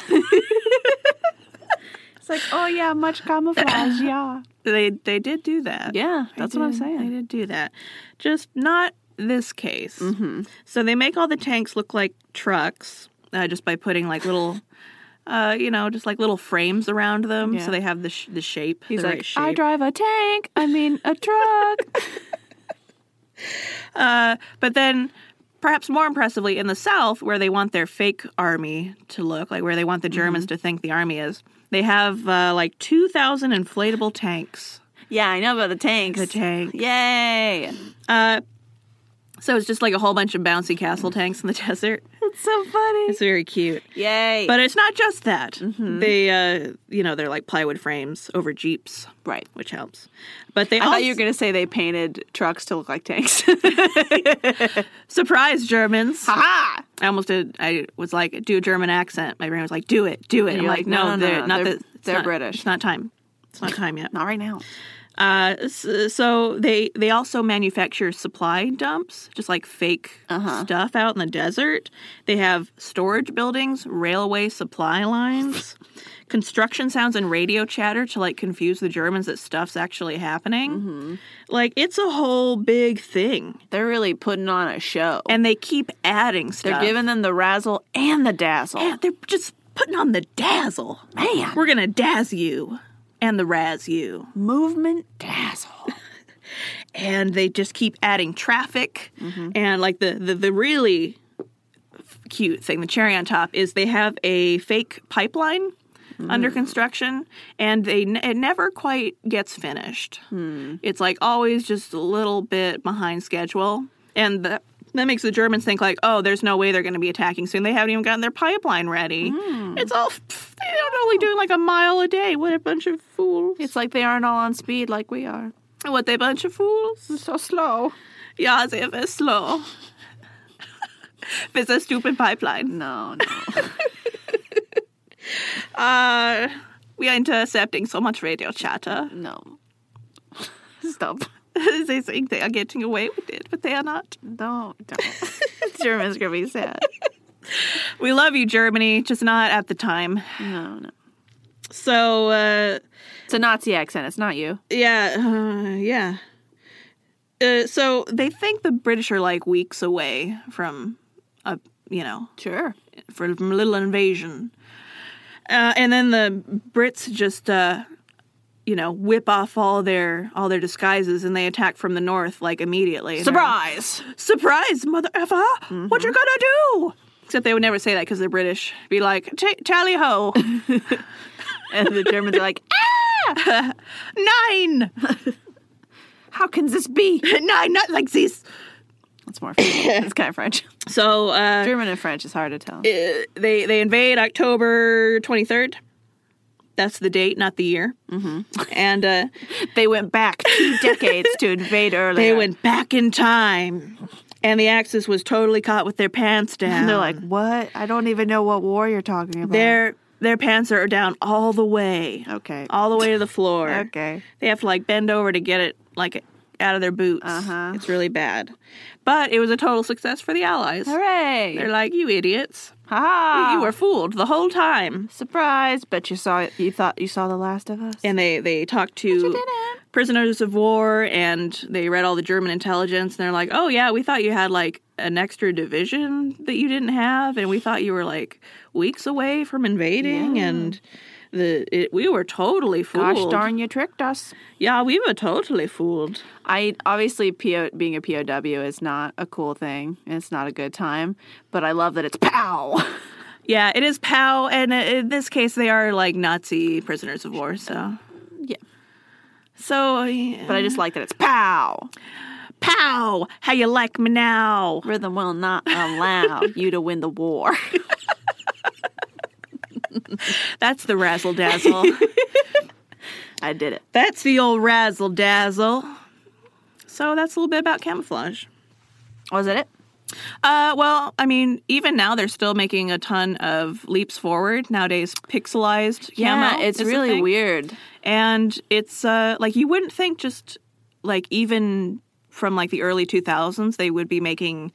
[SPEAKER 1] it's like, oh, yeah, much camouflage, yeah.
[SPEAKER 2] they they did do that.
[SPEAKER 1] Yeah, that's
[SPEAKER 2] They
[SPEAKER 1] what I'm
[SPEAKER 2] did-
[SPEAKER 1] saying.
[SPEAKER 2] They did do that. Just not this case.
[SPEAKER 1] Mm-hmm.
[SPEAKER 2] So they make all the tanks look like trucks uh, just by putting like little, uh, you know, just like little frames around them.
[SPEAKER 1] Yeah.
[SPEAKER 2] So they have the, sh- the shape.
[SPEAKER 1] He's
[SPEAKER 2] the
[SPEAKER 1] like,
[SPEAKER 2] right shape.
[SPEAKER 1] I drive a tank. I mean, a truck.
[SPEAKER 2] uh, but then. Perhaps more impressively, in the South, where they want their fake army to look like, where they want the
[SPEAKER 1] Mm-hmm.
[SPEAKER 2] Germans to think the army is, they have uh, like 2,000 inflatable tanks.
[SPEAKER 1] yeah, I know about the tanks.
[SPEAKER 2] The tank.
[SPEAKER 1] Yay.
[SPEAKER 2] Uh, so it's just like a whole bunch of bouncy castle
[SPEAKER 1] Mm.
[SPEAKER 2] tanks in the desert.
[SPEAKER 1] It's so funny.
[SPEAKER 2] It's very cute.
[SPEAKER 1] Yay.
[SPEAKER 2] But it's not just that.
[SPEAKER 1] Mm-hmm.
[SPEAKER 2] They, uh, you know, they're like plywood frames over jeeps,
[SPEAKER 1] right.
[SPEAKER 2] which helps. But they
[SPEAKER 1] I
[SPEAKER 2] also
[SPEAKER 1] thought you were going to say they painted trucks to look like tanks.
[SPEAKER 2] surprise Germans.
[SPEAKER 1] ha!
[SPEAKER 2] I almost did. I was like, do a German accent. My brain was like, do it, do it.
[SPEAKER 1] And
[SPEAKER 2] I'm
[SPEAKER 1] you're
[SPEAKER 2] like,
[SPEAKER 1] like,
[SPEAKER 2] no,
[SPEAKER 1] no, no, no,
[SPEAKER 2] they're
[SPEAKER 1] no,
[SPEAKER 2] not.
[SPEAKER 1] they're-
[SPEAKER 2] the, it's
[SPEAKER 1] they're
[SPEAKER 2] not-
[SPEAKER 1] British.
[SPEAKER 2] It's not time. It's not time yet.
[SPEAKER 1] Not right now.
[SPEAKER 2] Uh, s- so they they also manufacture supply dumps, just like fake
[SPEAKER 1] Uh-huh.
[SPEAKER 2] stuff out in the desert. They have storage buildings, railway supply lines, construction sounds, and radio chatter to like confuse the Germans that stuff's actually happening.
[SPEAKER 1] Mm-hmm.
[SPEAKER 2] Like it's a whole big thing,
[SPEAKER 1] They're really putting on a show.
[SPEAKER 2] and they keep adding
[SPEAKER 1] They're
[SPEAKER 2] stuff.
[SPEAKER 1] giving them the razzle and the dazzle.
[SPEAKER 2] Yeah, they're just putting on the dazzle.
[SPEAKER 1] Man,
[SPEAKER 2] We're gonna dazz you, and the razz you.
[SPEAKER 1] movement dazzle.
[SPEAKER 2] and they just keep adding traffic and like the, the the really cute thing the cherry on top is they have a fake pipeline under construction and they n- it never quite gets finished it's like always just a little bit behind schedule and the, that makes the germans think like oh there's no way they're going to be attacking soon they haven't even gotten their pipeline ready it's all pff, they're only doing like a mile a day what a bunch of fools
[SPEAKER 1] It's like they aren't all on speed like we are.
[SPEAKER 2] what a bunch of fools
[SPEAKER 1] So slow.
[SPEAKER 2] Ja, sehr viel slow. With a stupid pipeline.
[SPEAKER 1] No, no.
[SPEAKER 2] Uh, we are intercepting so much radio chatter.
[SPEAKER 1] No. Stop.
[SPEAKER 2] they think they are getting away with it, but they are not.
[SPEAKER 1] No, don't. German's going to be sad.
[SPEAKER 2] We love you, Germany, just not at the time.
[SPEAKER 1] No, no.
[SPEAKER 2] So, uh,
[SPEAKER 1] It's a Nazi accent. It's not you.
[SPEAKER 2] yeah, uh, yeah. Uh, so they think the British are like weeks away from a, you know,
[SPEAKER 1] Sure.
[SPEAKER 2] for from a little invasion. Uh, and then the Brits just, uh, you know, whip off all their all their disguises and they attack from the north like immediately. And they're like,
[SPEAKER 1] Surprise!
[SPEAKER 2] Surprise, mother effer! What you gonna do? Except they would never say that because they're British. Be like, "Ta- tally ho,
[SPEAKER 1] And the Germans are like,
[SPEAKER 2] nine,
[SPEAKER 1] how can this be?
[SPEAKER 2] nine, not like this.
[SPEAKER 1] It's more French. It's kind of French.
[SPEAKER 2] So uh,
[SPEAKER 1] German and French is hard to tell.
[SPEAKER 2] uh, they they invade October twenty third. That's the date, not the year. Mm-hmm. And uh,
[SPEAKER 1] They went back two decades to invade earlier.
[SPEAKER 2] They went back in time. And the Axis was totally caught with their pants down.
[SPEAKER 1] And they're like, what? I don't even know what war you're talking about.
[SPEAKER 2] their their pants are down all the way.
[SPEAKER 1] okay.
[SPEAKER 2] All the way to the floor.
[SPEAKER 1] Okay.
[SPEAKER 2] They have to like bend over to get it like out of their boots.
[SPEAKER 1] Uh-huh.
[SPEAKER 2] It's really bad. But it was a total success for the Allies.
[SPEAKER 1] Hooray!
[SPEAKER 2] They're like, you idiots.
[SPEAKER 1] ha!
[SPEAKER 2] You were fooled the whole time.
[SPEAKER 1] surprised, but you saw you thought you saw the last of us.
[SPEAKER 2] And they, they talked
[SPEAKER 1] But you
[SPEAKER 2] to
[SPEAKER 1] didn't.
[SPEAKER 2] prisoners of war and they read all the German intelligence and they're like, oh, yeah, we thought you had like an extra division that you didn't have and we thought you were like weeks away from invading and the it, we were totally fooled.
[SPEAKER 1] Gosh darn, you tricked us.
[SPEAKER 2] Yeah, we were totally fooled.
[SPEAKER 1] I obviously PO, being a POW is not a cool thing and it's not a good time, but I love that it's pow.
[SPEAKER 2] Yeah, it is POW, and uh, in this case, they are like Nazi prisoners of war. So,
[SPEAKER 1] Yeah.
[SPEAKER 2] so yeah.
[SPEAKER 1] But I just like that it's pow.
[SPEAKER 2] POW. How you like me now?
[SPEAKER 1] Rhythm will not allow you to win the war.
[SPEAKER 2] That's the razzle dazzle.
[SPEAKER 1] I did it.
[SPEAKER 2] that's the old razzle dazzle. So that's a little bit about camouflage.
[SPEAKER 1] Was that it?
[SPEAKER 2] Uh, well, I mean, even now they're still making a ton of leaps forward nowadays. Pixelized,
[SPEAKER 1] Yeah,
[SPEAKER 2] camo
[SPEAKER 1] it's
[SPEAKER 2] is a
[SPEAKER 1] really
[SPEAKER 2] thing.
[SPEAKER 1] weird.
[SPEAKER 2] and it's uh, like you wouldn't think just like even from like the early 2000s they would be making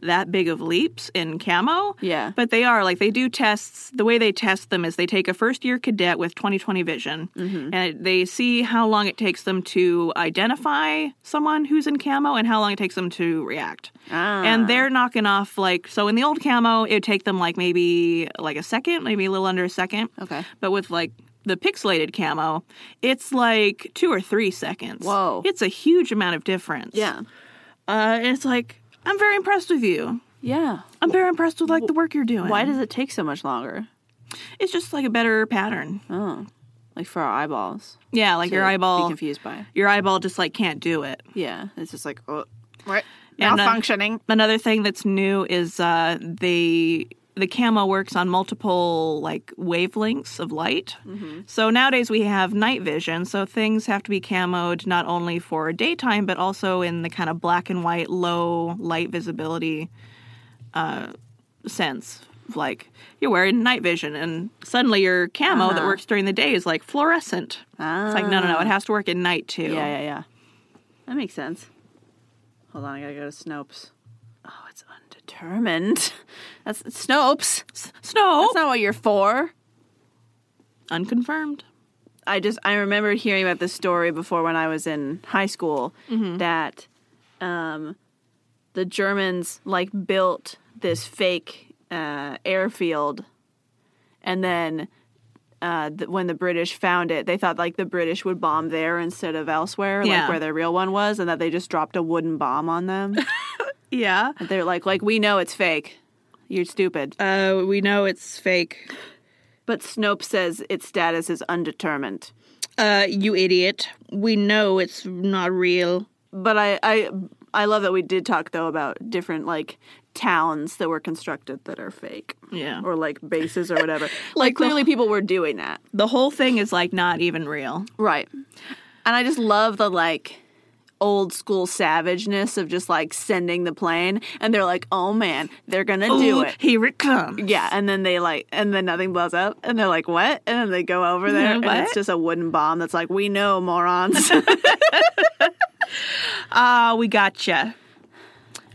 [SPEAKER 2] that big of leaps in camo
[SPEAKER 1] Yeah.
[SPEAKER 2] but they are like they do tests the way they test them is they take a first year cadet with 2020 vision
[SPEAKER 1] Mm-hmm.
[SPEAKER 2] and they see how long it takes them to identify someone who's in camo and how long it takes them to react
[SPEAKER 1] Ah.
[SPEAKER 2] and they're knocking off like so in the old camo it would take them like maybe like a second maybe a little under a second
[SPEAKER 1] Okay.
[SPEAKER 2] but with like the pixelated camo, it's like two or three seconds.
[SPEAKER 1] Whoa.
[SPEAKER 2] It's a huge amount of difference.
[SPEAKER 1] Yeah.
[SPEAKER 2] Uh, and it's like, I'm very impressed with you.
[SPEAKER 1] Yeah.
[SPEAKER 2] I'm very impressed with like the work you're doing.
[SPEAKER 1] Why does it take so much longer?
[SPEAKER 2] it's just like a better pattern?
[SPEAKER 1] Oh. Like for our eyeballs.
[SPEAKER 2] Yeah, like your
[SPEAKER 1] to
[SPEAKER 2] eyeball,
[SPEAKER 1] Be confused by.
[SPEAKER 2] your eyeball just like can't do it.
[SPEAKER 1] Yeah. It's just like, oh, right.
[SPEAKER 2] And, uh,
[SPEAKER 1] Malfunctioning.
[SPEAKER 2] Another thing that's new is uh, they the camo works on multiple like wavelengths of light.
[SPEAKER 1] Mm-hmm.
[SPEAKER 2] So nowadays we have night vision, so things have to be camoed not only for daytime but also in the kind of black and white, low light visibility uh, sense. Like you're wearing night vision, and suddenly your camo
[SPEAKER 1] Uh-huh.
[SPEAKER 2] that works during the day is like fluorescent. It's like no, no, no, it has to work at night too.
[SPEAKER 1] Ah. Yeah, yeah, yeah. That makes sense. Hold on, I gotta go to Snopes. Oh, it's undetermined. That's Snopes.
[SPEAKER 2] Snow
[SPEAKER 1] That's not what you're for.
[SPEAKER 2] unconfirmed.
[SPEAKER 1] I just I remember hearing about this story before when I was in high school that um, the Germans like built this fake uh, airfield, and then uh, th- when the British found it, they thought like the British would bomb there instead of elsewhere,
[SPEAKER 2] Yeah.
[SPEAKER 1] like where their real one was, and that they just dropped a wooden bomb on them.
[SPEAKER 2] Yeah.
[SPEAKER 1] And They're like, like we know it's fake. You're stupid.
[SPEAKER 2] Uh, we know it's fake.
[SPEAKER 1] But Snopes says its status is undetermined.
[SPEAKER 2] Uh, you idiot. We know it's not real.
[SPEAKER 1] but I, I I love that we did talk though about different like towns that were constructed that are fake.
[SPEAKER 2] Yeah.
[SPEAKER 1] Or like bases or whatever. like,
[SPEAKER 2] Like the-
[SPEAKER 1] clearly people were doing that.
[SPEAKER 2] The whole thing is like not even real.
[SPEAKER 1] Right. And I just love the like old school savageness of just like sending the plane and they're like, "Oh man, they're going to do
[SPEAKER 2] Ooh,
[SPEAKER 1] it."
[SPEAKER 2] Here it comes.
[SPEAKER 1] Yeah, and then they like, and then nothing blows up, and they're like, "What?" And then they go over there, and
[SPEAKER 2] What?
[SPEAKER 1] it's just a wooden bomb that's like, "We know, morons."
[SPEAKER 2] Ah, we gotcha.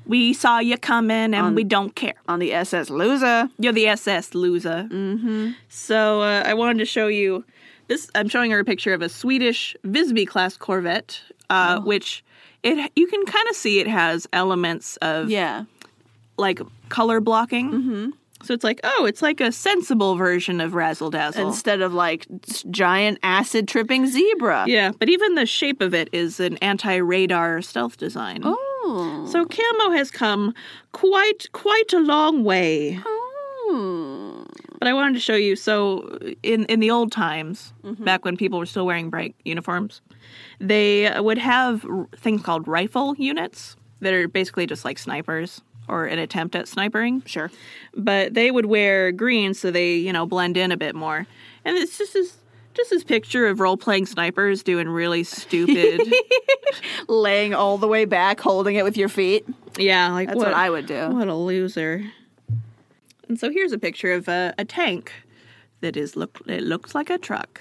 [SPEAKER 2] We saw you coming and we don't care.
[SPEAKER 1] On the SS Loser.
[SPEAKER 2] You're the SS loser. Mm-hmm. So uh, I wanted to show you this. I'm showing her a picture of a Swedish Visby class Corvette, uh, which it you can kind of see it has elements of
[SPEAKER 1] Yeah.
[SPEAKER 2] like color blocking. Mm-hmm. So it's like, oh, it's like a sensible version of Razzle Dazzle.
[SPEAKER 1] instead of like s- giant acid tripping zebra.
[SPEAKER 2] yeah, but even the shape of it is an anti radar stealth design.
[SPEAKER 1] Oh.
[SPEAKER 2] So camo has come quite quite a long way.
[SPEAKER 1] Oh.
[SPEAKER 2] But I wanted to show you. So in in the old times, back when people were still wearing bright uniforms, they uh, would have r- things called rifle units that are basically just like snipers or an attempt at snipering.
[SPEAKER 1] Sure.
[SPEAKER 2] but they would wear green so they you know blend in a bit more and it's just this just this picture of role-playing snipers doing really stupid
[SPEAKER 1] Laying all the way back, holding it with your feet.
[SPEAKER 2] yeah like
[SPEAKER 1] That's what, I would do.
[SPEAKER 2] what a loser and so here's a picture of a, a tank that is look it looks like a truck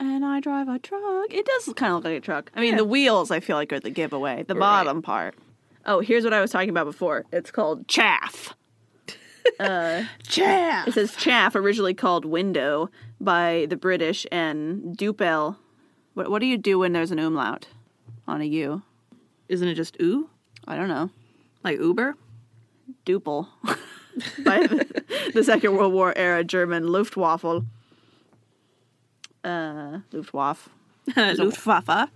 [SPEAKER 1] And I drive a truck. It does kind of look like a truck. I mean,
[SPEAKER 2] Yeah.
[SPEAKER 1] the wheels I feel like are the giveaway, the
[SPEAKER 2] Right.
[SPEAKER 1] bottom part. Oh, here's what I was talking about before. It's called chaff.
[SPEAKER 2] yeah
[SPEAKER 1] It says chaff, originally called window by the British, and Dupel What What do you do when there's an umlaut on a U?
[SPEAKER 2] Isn't it just ooh?
[SPEAKER 1] I don't know.
[SPEAKER 2] Like Uber?
[SPEAKER 1] Duple. By the, the Second World War era German Luftwaffe. Uh, Luftwaffe.
[SPEAKER 2] Luftwaffe.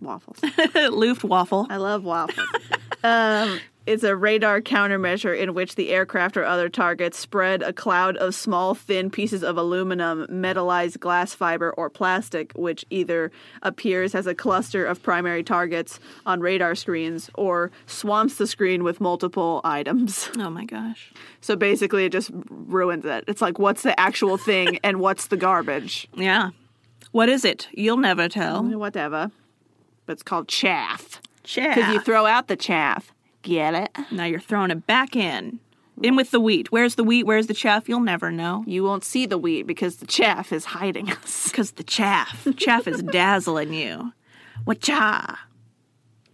[SPEAKER 1] Waffles.
[SPEAKER 2] Luftwaffle.
[SPEAKER 1] I love waffles. um, it's a radar countermeasure in which the aircraft or other targets spread a cloud of small, thin pieces of aluminum, metallized glass fiber, or plastic, which either appears as a cluster of primary targets on radar screens or swamps the screen with multiple items.
[SPEAKER 2] Oh my gosh.
[SPEAKER 1] So basically, it just ruins it. It's like, what's the actual thing and what's the garbage?
[SPEAKER 2] Yeah. What is it? You'll never
[SPEAKER 1] Oh.
[SPEAKER 2] tell.
[SPEAKER 1] Whatever. But it's called chaff. Because
[SPEAKER 2] Chaff.
[SPEAKER 1] you throw out the chaff. Get it?
[SPEAKER 2] now you're throwing it back in. In with the wheat. Where's the wheat? Where's the chaff? You'll never know.
[SPEAKER 1] You won't see the wheat because the chaff is hiding us.
[SPEAKER 2] Because the chaff. chaff is dazzling you. Wacha.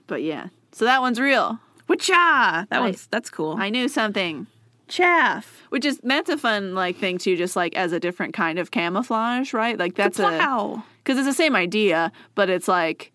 [SPEAKER 1] But yeah, so that one's real.
[SPEAKER 2] Wacha. That one's, that's cool.
[SPEAKER 1] I knew something.
[SPEAKER 2] chaff.
[SPEAKER 1] Which is that's a fun like thing too, just like as a different kind of camouflage, right? Like that's a
[SPEAKER 2] Wow.
[SPEAKER 1] because it's the same idea, but it's like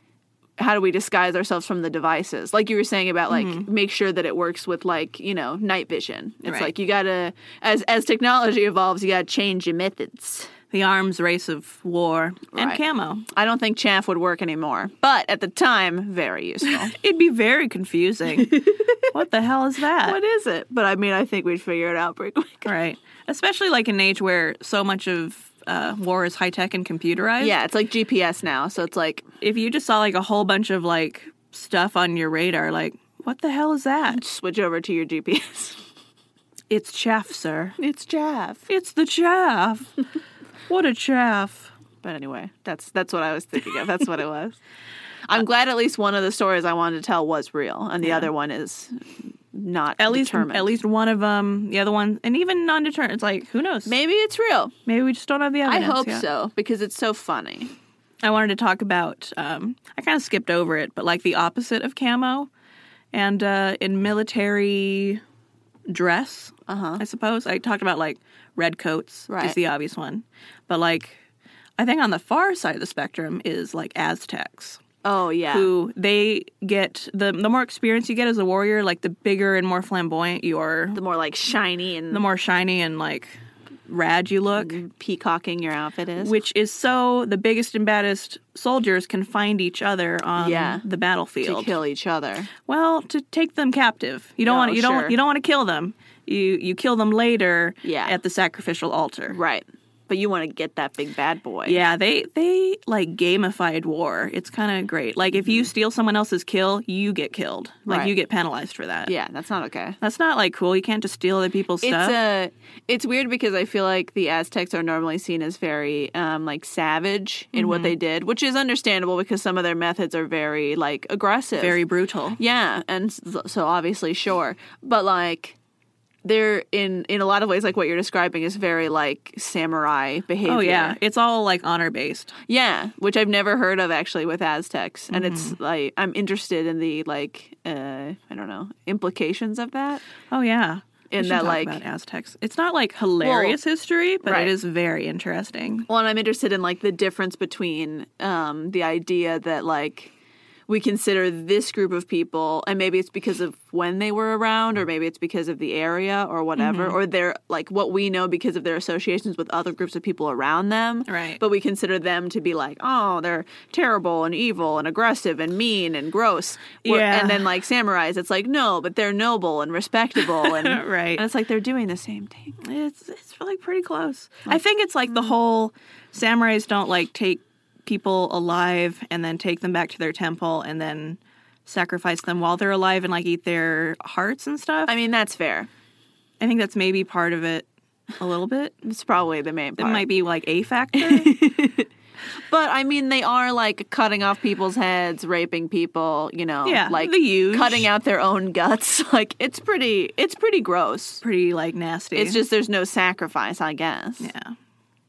[SPEAKER 1] how do we disguise ourselves from the devices? Like you were saying about like make sure that it works with like you know night vision. It's
[SPEAKER 2] Right.
[SPEAKER 1] like you gotta as as technology evolves, you gotta change your methods.
[SPEAKER 2] The arms race of war
[SPEAKER 1] Right.
[SPEAKER 2] and camo.
[SPEAKER 1] I don't think chaff would work anymore, but at the time, very useful.
[SPEAKER 2] It'd be very confusing. what the hell is that?
[SPEAKER 1] what is it? But I mean, I think we'd figure it out pretty quick.
[SPEAKER 2] Right. Especially like in an age where so much of uh, war is high tech and computerized.
[SPEAKER 1] Yeah, it's like GPS now, so it's like
[SPEAKER 2] If you just saw like a whole bunch of like stuff on your radar, like, what the hell is that?
[SPEAKER 1] switch over to your GPS.
[SPEAKER 2] It's chaff, sir.
[SPEAKER 1] It's chaff.
[SPEAKER 2] It's the chaff. what a chaff.
[SPEAKER 1] But anyway, that's that's what I was thinking of. That's what it was. I'm glad at least one of the stories I wanted to tell was real, and the other one is not
[SPEAKER 2] At least,
[SPEAKER 1] determined.
[SPEAKER 2] at least one of them, the other one, and even non deterrent. It's like, who knows?
[SPEAKER 1] maybe it's real.
[SPEAKER 2] Maybe we just don't have the
[SPEAKER 1] I
[SPEAKER 2] evidence.
[SPEAKER 1] hope
[SPEAKER 2] yet.
[SPEAKER 1] so because it's so funny.
[SPEAKER 2] I wanted to talk about. Um, I kind of skipped over it, but like the opposite of camo, and uh, in military dress,
[SPEAKER 1] Uh-huh.
[SPEAKER 2] I suppose I talked about like red coats,
[SPEAKER 1] Right.
[SPEAKER 2] is the obvious one, but like I think on the far side of the spectrum is like Aztecs,
[SPEAKER 1] Oh yeah,
[SPEAKER 2] who they get the the more experience you get as a warrior, like the bigger and more flamboyant you are,
[SPEAKER 1] the more like shiny and
[SPEAKER 2] the more shiny and like rad you look.
[SPEAKER 1] peacocking your outfit is.
[SPEAKER 2] which is so the biggest and baddest soldiers can find each other on
[SPEAKER 1] Yeah.
[SPEAKER 2] the
[SPEAKER 1] to
[SPEAKER 2] battlefield.
[SPEAKER 1] kill each other.
[SPEAKER 2] well, to take them captive. You don't
[SPEAKER 1] No,
[SPEAKER 2] want you
[SPEAKER 1] sure.
[SPEAKER 2] don't you don't want to kill them. You you kill them later
[SPEAKER 1] Yeah.
[SPEAKER 2] at the sacrificial altar.
[SPEAKER 1] Right. But you want to get that big bad boy.
[SPEAKER 2] Yeah, they they like gamified war. It's kind of great. Like if you steal someone else's kill, you get killed. Like
[SPEAKER 1] Mm-hmm. Right.
[SPEAKER 2] you get penalized for that.
[SPEAKER 1] Yeah, that's not okay.
[SPEAKER 2] That's not like cool. You can't just steal other people's stuff.
[SPEAKER 1] It's a, it's weird because I feel like the Aztecs are normally seen as very um, like savage in what
[SPEAKER 2] Mm-hmm.
[SPEAKER 1] they did, which is understandable because some of their methods are very like aggressive.
[SPEAKER 2] Very brutal.
[SPEAKER 1] yeah, and s- so obviously sure, but like they're in in a lot of ways like what you're describing is very like samurai behavior.
[SPEAKER 2] Oh yeah, it's all like honor based.
[SPEAKER 1] Yeah, which I've never heard of actually with Aztecs, and
[SPEAKER 2] Mm-hmm.
[SPEAKER 1] it's like I'm interested in the like uh, I don't know implications of that.
[SPEAKER 2] Oh yeah. We
[SPEAKER 1] In
[SPEAKER 2] should
[SPEAKER 1] that,
[SPEAKER 2] talk
[SPEAKER 1] like-
[SPEAKER 2] about Aztecs. It's not like hilarious history, but
[SPEAKER 1] right.
[SPEAKER 2] it is very interesting.
[SPEAKER 1] Well, and I'm interested in like the difference between um, the idea that like we consider this group of people, and maybe it's because of when they were around,
[SPEAKER 2] Mm-hmm.
[SPEAKER 1] or maybe it's because of the area, or whatever, or their like what we know because of their associations with other groups of people around them.
[SPEAKER 2] Right.
[SPEAKER 1] But we consider them to be like, oh, they're terrible and evil and aggressive and mean and gross. Where-
[SPEAKER 2] Yeah.
[SPEAKER 1] And then like samurais, it's like no, but they're noble and respectable, and
[SPEAKER 2] Right.
[SPEAKER 1] And it's like they're doing the same thing.
[SPEAKER 2] It's it's like pretty close. I think it's like the
[SPEAKER 1] Hmm.
[SPEAKER 2] whole samurais don't like take people alive and then take them back to their temple and then sacrifice them while they're alive and like eat their hearts and stuff.
[SPEAKER 1] I mean, that's fair.
[SPEAKER 2] I think that's maybe part of it a little bit.
[SPEAKER 1] It's probably the main.
[SPEAKER 2] It
[SPEAKER 1] part.
[SPEAKER 2] might be like a factor.
[SPEAKER 1] But I mean, they are like cutting off people's heads, raping people. You know,
[SPEAKER 2] Yeah,
[SPEAKER 1] like
[SPEAKER 2] the huge.
[SPEAKER 1] cutting out their own guts. Like it's pretty, it's pretty gross.
[SPEAKER 2] pretty like nasty.
[SPEAKER 1] It's just there's no sacrifice, I guess.
[SPEAKER 2] yeah.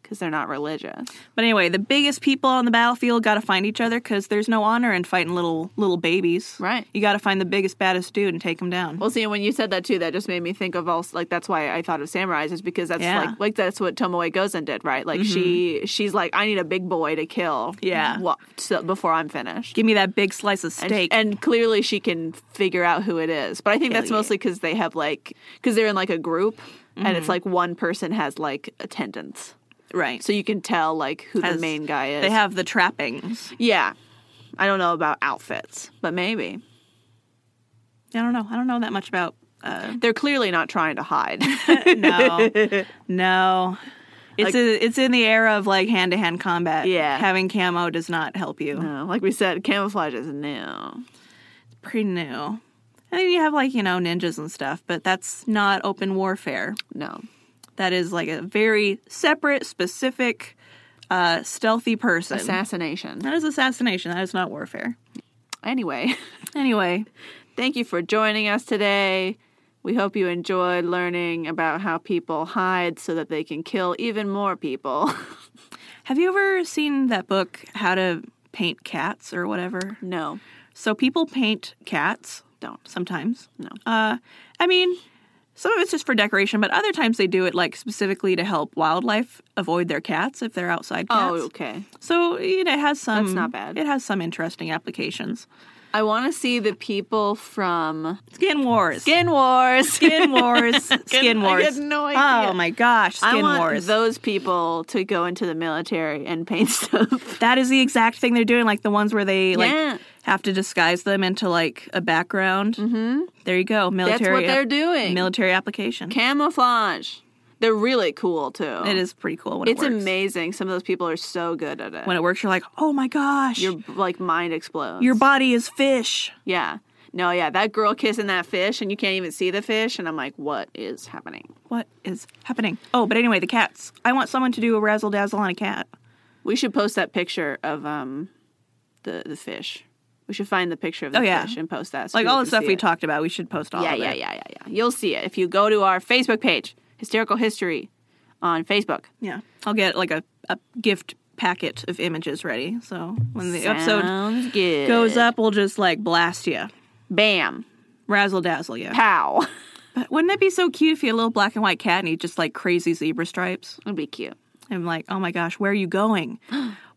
[SPEAKER 1] because they're not religious.
[SPEAKER 2] But anyway, the biggest people on the battlefield got to find each other because there's no honor in fighting little little babies.
[SPEAKER 1] Right.
[SPEAKER 2] You got to find the biggest baddest dude and take him down.
[SPEAKER 1] Well, see, when you said that too, that just made me think of also like that's why I thought of samurais is because that's
[SPEAKER 2] Yeah. Mm-hmm.
[SPEAKER 1] like like that's what Tomoe Gozen did, right? Like she she's like I need a big boy to kill,
[SPEAKER 2] Yeah.
[SPEAKER 1] wha- so, before I'm finished.
[SPEAKER 2] Give me that big slice of
[SPEAKER 1] And,
[SPEAKER 2] steak.
[SPEAKER 1] and clearly she can figure out who it is, but I think
[SPEAKER 2] Hell
[SPEAKER 1] that's
[SPEAKER 2] yeah.
[SPEAKER 1] mostly because they have like because they're in like a group and
[SPEAKER 2] Mm-hmm.
[SPEAKER 1] it's like one person has like attendance,
[SPEAKER 2] right.
[SPEAKER 1] so you can tell like who the
[SPEAKER 2] Has-
[SPEAKER 1] main guy is.
[SPEAKER 2] they have the trappings.
[SPEAKER 1] yeah. I don't know about outfits, but maybe
[SPEAKER 2] I don't know. I don't know that much about. Uh,
[SPEAKER 1] they're clearly not trying to hide.
[SPEAKER 2] no, no. It's
[SPEAKER 1] Like-
[SPEAKER 2] a, it's in the era of like hand to hand combat.
[SPEAKER 1] Yeah.
[SPEAKER 2] having camo does not help you.
[SPEAKER 1] No, Uh, like we said, camouflage is new.
[SPEAKER 2] Pretty new. And then you have like you know ninjas and stuff, but that's not open warfare.
[SPEAKER 1] No.
[SPEAKER 2] That is like a very separate, specific, uh, stealthy person.
[SPEAKER 1] Assassination.
[SPEAKER 2] that is assassination. That is not warfare.
[SPEAKER 1] Anyway,
[SPEAKER 2] Anyway,
[SPEAKER 1] thank you for joining us today. We hope you enjoyed learning about how people hide so that they can kill even more people.
[SPEAKER 2] have you ever seen that book, How to Paint Cats or whatever?
[SPEAKER 1] no,
[SPEAKER 2] So people paint cats
[SPEAKER 1] don't.
[SPEAKER 2] sometimes.
[SPEAKER 1] No.
[SPEAKER 2] Uh, I mean, some of it's just for decoration, but other times they do it like specifically to help wildlife avoid their cats if they're outside cats.
[SPEAKER 1] Oh, okay.
[SPEAKER 2] So you know, it has some.
[SPEAKER 1] That's not bad.
[SPEAKER 2] It has some interesting applications.
[SPEAKER 1] I want to see the people from
[SPEAKER 2] Skin wars.
[SPEAKER 1] Skin Wars.
[SPEAKER 2] Skin wars. Skin
[SPEAKER 1] I
[SPEAKER 2] wars.
[SPEAKER 1] had no
[SPEAKER 2] Oh
[SPEAKER 1] idea.
[SPEAKER 2] my gosh.
[SPEAKER 1] I
[SPEAKER 2] Skin
[SPEAKER 1] want
[SPEAKER 2] wars.
[SPEAKER 1] those people to go into the military and paint stuff.
[SPEAKER 2] that is the exact thing they're doing. Like the ones where they like
[SPEAKER 1] Yeah.
[SPEAKER 2] have to disguise them into like a background. Mm-hmm. There you go. Military. uh,
[SPEAKER 1] That's what
[SPEAKER 2] ap-
[SPEAKER 1] they're doing.
[SPEAKER 2] Military application.
[SPEAKER 1] Camouflage. They're really cool too.
[SPEAKER 2] It is pretty cool when
[SPEAKER 1] It's
[SPEAKER 2] it works.
[SPEAKER 1] amazing. Some of those people are so good at it.
[SPEAKER 2] When it works, you're like, oh my gosh,
[SPEAKER 1] your like mind explodes.
[SPEAKER 2] your body is fish.
[SPEAKER 1] yeah. No, yeah, that girl kissing that fish and you can't even see the fish and I'm like, what is happening?
[SPEAKER 2] What is happening? Oh, but anyway, the cats. I want someone to do a razzle dazzle on a cat.
[SPEAKER 1] We should post that picture of um the the fish. We should find the picture of the
[SPEAKER 2] Oh, yeah.
[SPEAKER 1] fish and post that. so
[SPEAKER 2] Like
[SPEAKER 1] people
[SPEAKER 2] all the
[SPEAKER 1] can
[SPEAKER 2] stuff
[SPEAKER 1] see
[SPEAKER 2] we
[SPEAKER 1] it.
[SPEAKER 2] talked about, we should post all
[SPEAKER 1] Yeah,
[SPEAKER 2] of
[SPEAKER 1] yeah,
[SPEAKER 2] it.
[SPEAKER 1] yeah, yeah, yeah. You'll see it if you go to our Facebook page, Hysterical History on Facebook.
[SPEAKER 2] Yeah. I'll get like a, a gift packet of images ready. So when the episode
[SPEAKER 1] Sounds good.
[SPEAKER 2] goes up, we'll just like blast you.
[SPEAKER 1] Bam.
[SPEAKER 2] Razzle dazzle you.
[SPEAKER 1] Pow.
[SPEAKER 2] But wouldn't it be so cute if you had a little black and white cat and he just like crazy zebra stripes?
[SPEAKER 1] It'd be cute.
[SPEAKER 2] I'm like, oh my gosh, where are you going?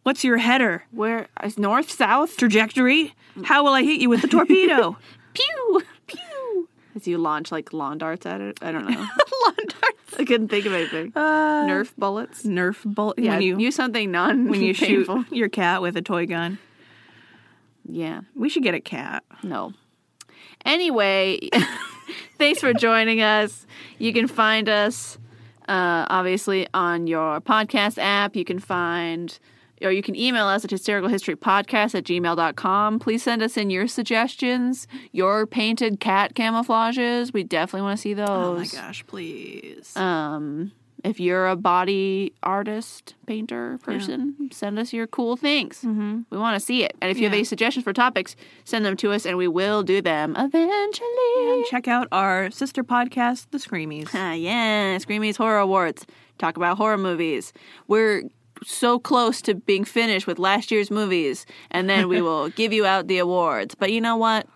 [SPEAKER 2] What's your header?
[SPEAKER 1] Where is north, south?
[SPEAKER 2] Trajectory? How will I hit you with the torpedo?
[SPEAKER 1] Pew. Pew. As you launch like lawn darts at it. I don't know.
[SPEAKER 2] Lawn darts.
[SPEAKER 1] I couldn't think of anything.
[SPEAKER 2] Uh,
[SPEAKER 1] Nerf bullets.
[SPEAKER 2] Nerf bullet.
[SPEAKER 1] Yeah,
[SPEAKER 2] when you,
[SPEAKER 1] use something non
[SPEAKER 2] when you shoot
[SPEAKER 1] painful.
[SPEAKER 2] your cat with a toy gun.
[SPEAKER 1] Yeah,
[SPEAKER 2] We should get a cat.
[SPEAKER 1] no. Anyway, thanks for joining us. You can find us uh, obviously on your podcast app. You can find or you can email us at hystericalhistorypodcast at gmail.com. Please send us in your suggestions, your painted cat camouflages. We definitely want to see those.
[SPEAKER 2] Oh my gosh, please.
[SPEAKER 1] Um, if you're a body artist, painter, person, send us your cool things. Mm-hmm. We want to see it. And if you have
[SPEAKER 2] Yeah.
[SPEAKER 1] any suggestions for topics, send them to us and we will do them eventually.
[SPEAKER 2] and check out our sister podcast, The Screamies.
[SPEAKER 1] Ah, yeah, Screamies Horror Awards. Talk about horror movies. We're so close to being finished with last year's movies, and then we will give you out the awards. But you know what?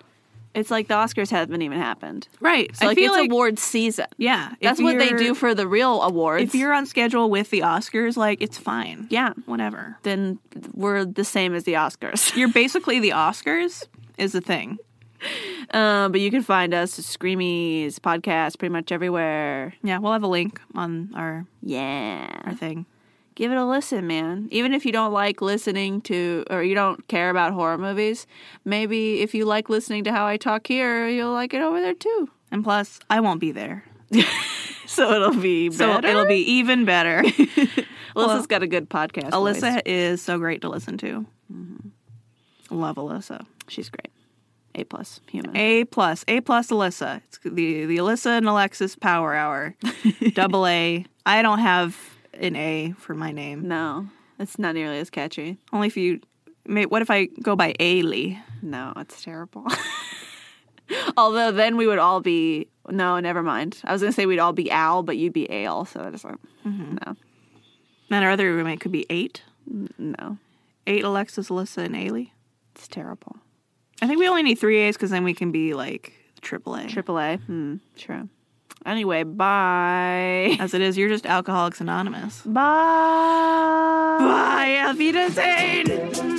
[SPEAKER 1] It's like the Oscars haven't even happened.
[SPEAKER 2] Right.
[SPEAKER 1] So
[SPEAKER 2] I
[SPEAKER 1] like
[SPEAKER 2] feel
[SPEAKER 1] it's
[SPEAKER 2] like
[SPEAKER 1] award season.
[SPEAKER 2] yeah, if
[SPEAKER 1] That's what they
[SPEAKER 2] you're-
[SPEAKER 1] do for the real awards.
[SPEAKER 2] If you're on schedule with the Oscars, like it's fine.
[SPEAKER 1] yeah.
[SPEAKER 2] whatever.
[SPEAKER 1] then we're the same as the Oscars.
[SPEAKER 2] You're basically the Oscars is the thing.
[SPEAKER 1] Um, but you can find us at Screamies podcast pretty much everywhere.
[SPEAKER 2] Yeah, we'll have a link on our our
[SPEAKER 1] Yeah,
[SPEAKER 2] thing.
[SPEAKER 1] give it a listen, man. Even if you don't like listening to or you don't care about horror movies, maybe if you like listening to how I talk here, you'll like it over there too.
[SPEAKER 2] And plus, I won't be there.
[SPEAKER 1] So it'll be
[SPEAKER 2] So
[SPEAKER 1] better.
[SPEAKER 2] it'll be even better.
[SPEAKER 1] Alyssa's got a good podcast. voice.
[SPEAKER 2] Alyssa is so great to listen to.
[SPEAKER 1] Mm-hmm.
[SPEAKER 2] Love Alyssa.
[SPEAKER 1] she's great. A plus human.
[SPEAKER 2] A plus, A plus Alyssa. It's the the Alyssa and Alexis Power Hour. Double A. I don't have an A for my name.
[SPEAKER 1] no, it's not nearly as catchy.
[SPEAKER 2] Only if you. May, what if I go by Ailey?
[SPEAKER 1] No, it's terrible. Although then we would all be no, never mind. I was gonna say we'd all be Al, but you'd be Ale, so that doesn't. No,
[SPEAKER 2] Then our other roommate could be eight.
[SPEAKER 1] No,
[SPEAKER 2] Eight Alexis, Alyssa, and Ailey.
[SPEAKER 1] it's terrible.
[SPEAKER 2] I think we only need three A's because then we can be like triple A.
[SPEAKER 1] Triple A. Hmm. Sure. Anyway, bye.
[SPEAKER 2] As it is, you're just Alcoholics Anonymous.
[SPEAKER 1] Bye.
[SPEAKER 2] Bye, Alfie Dane!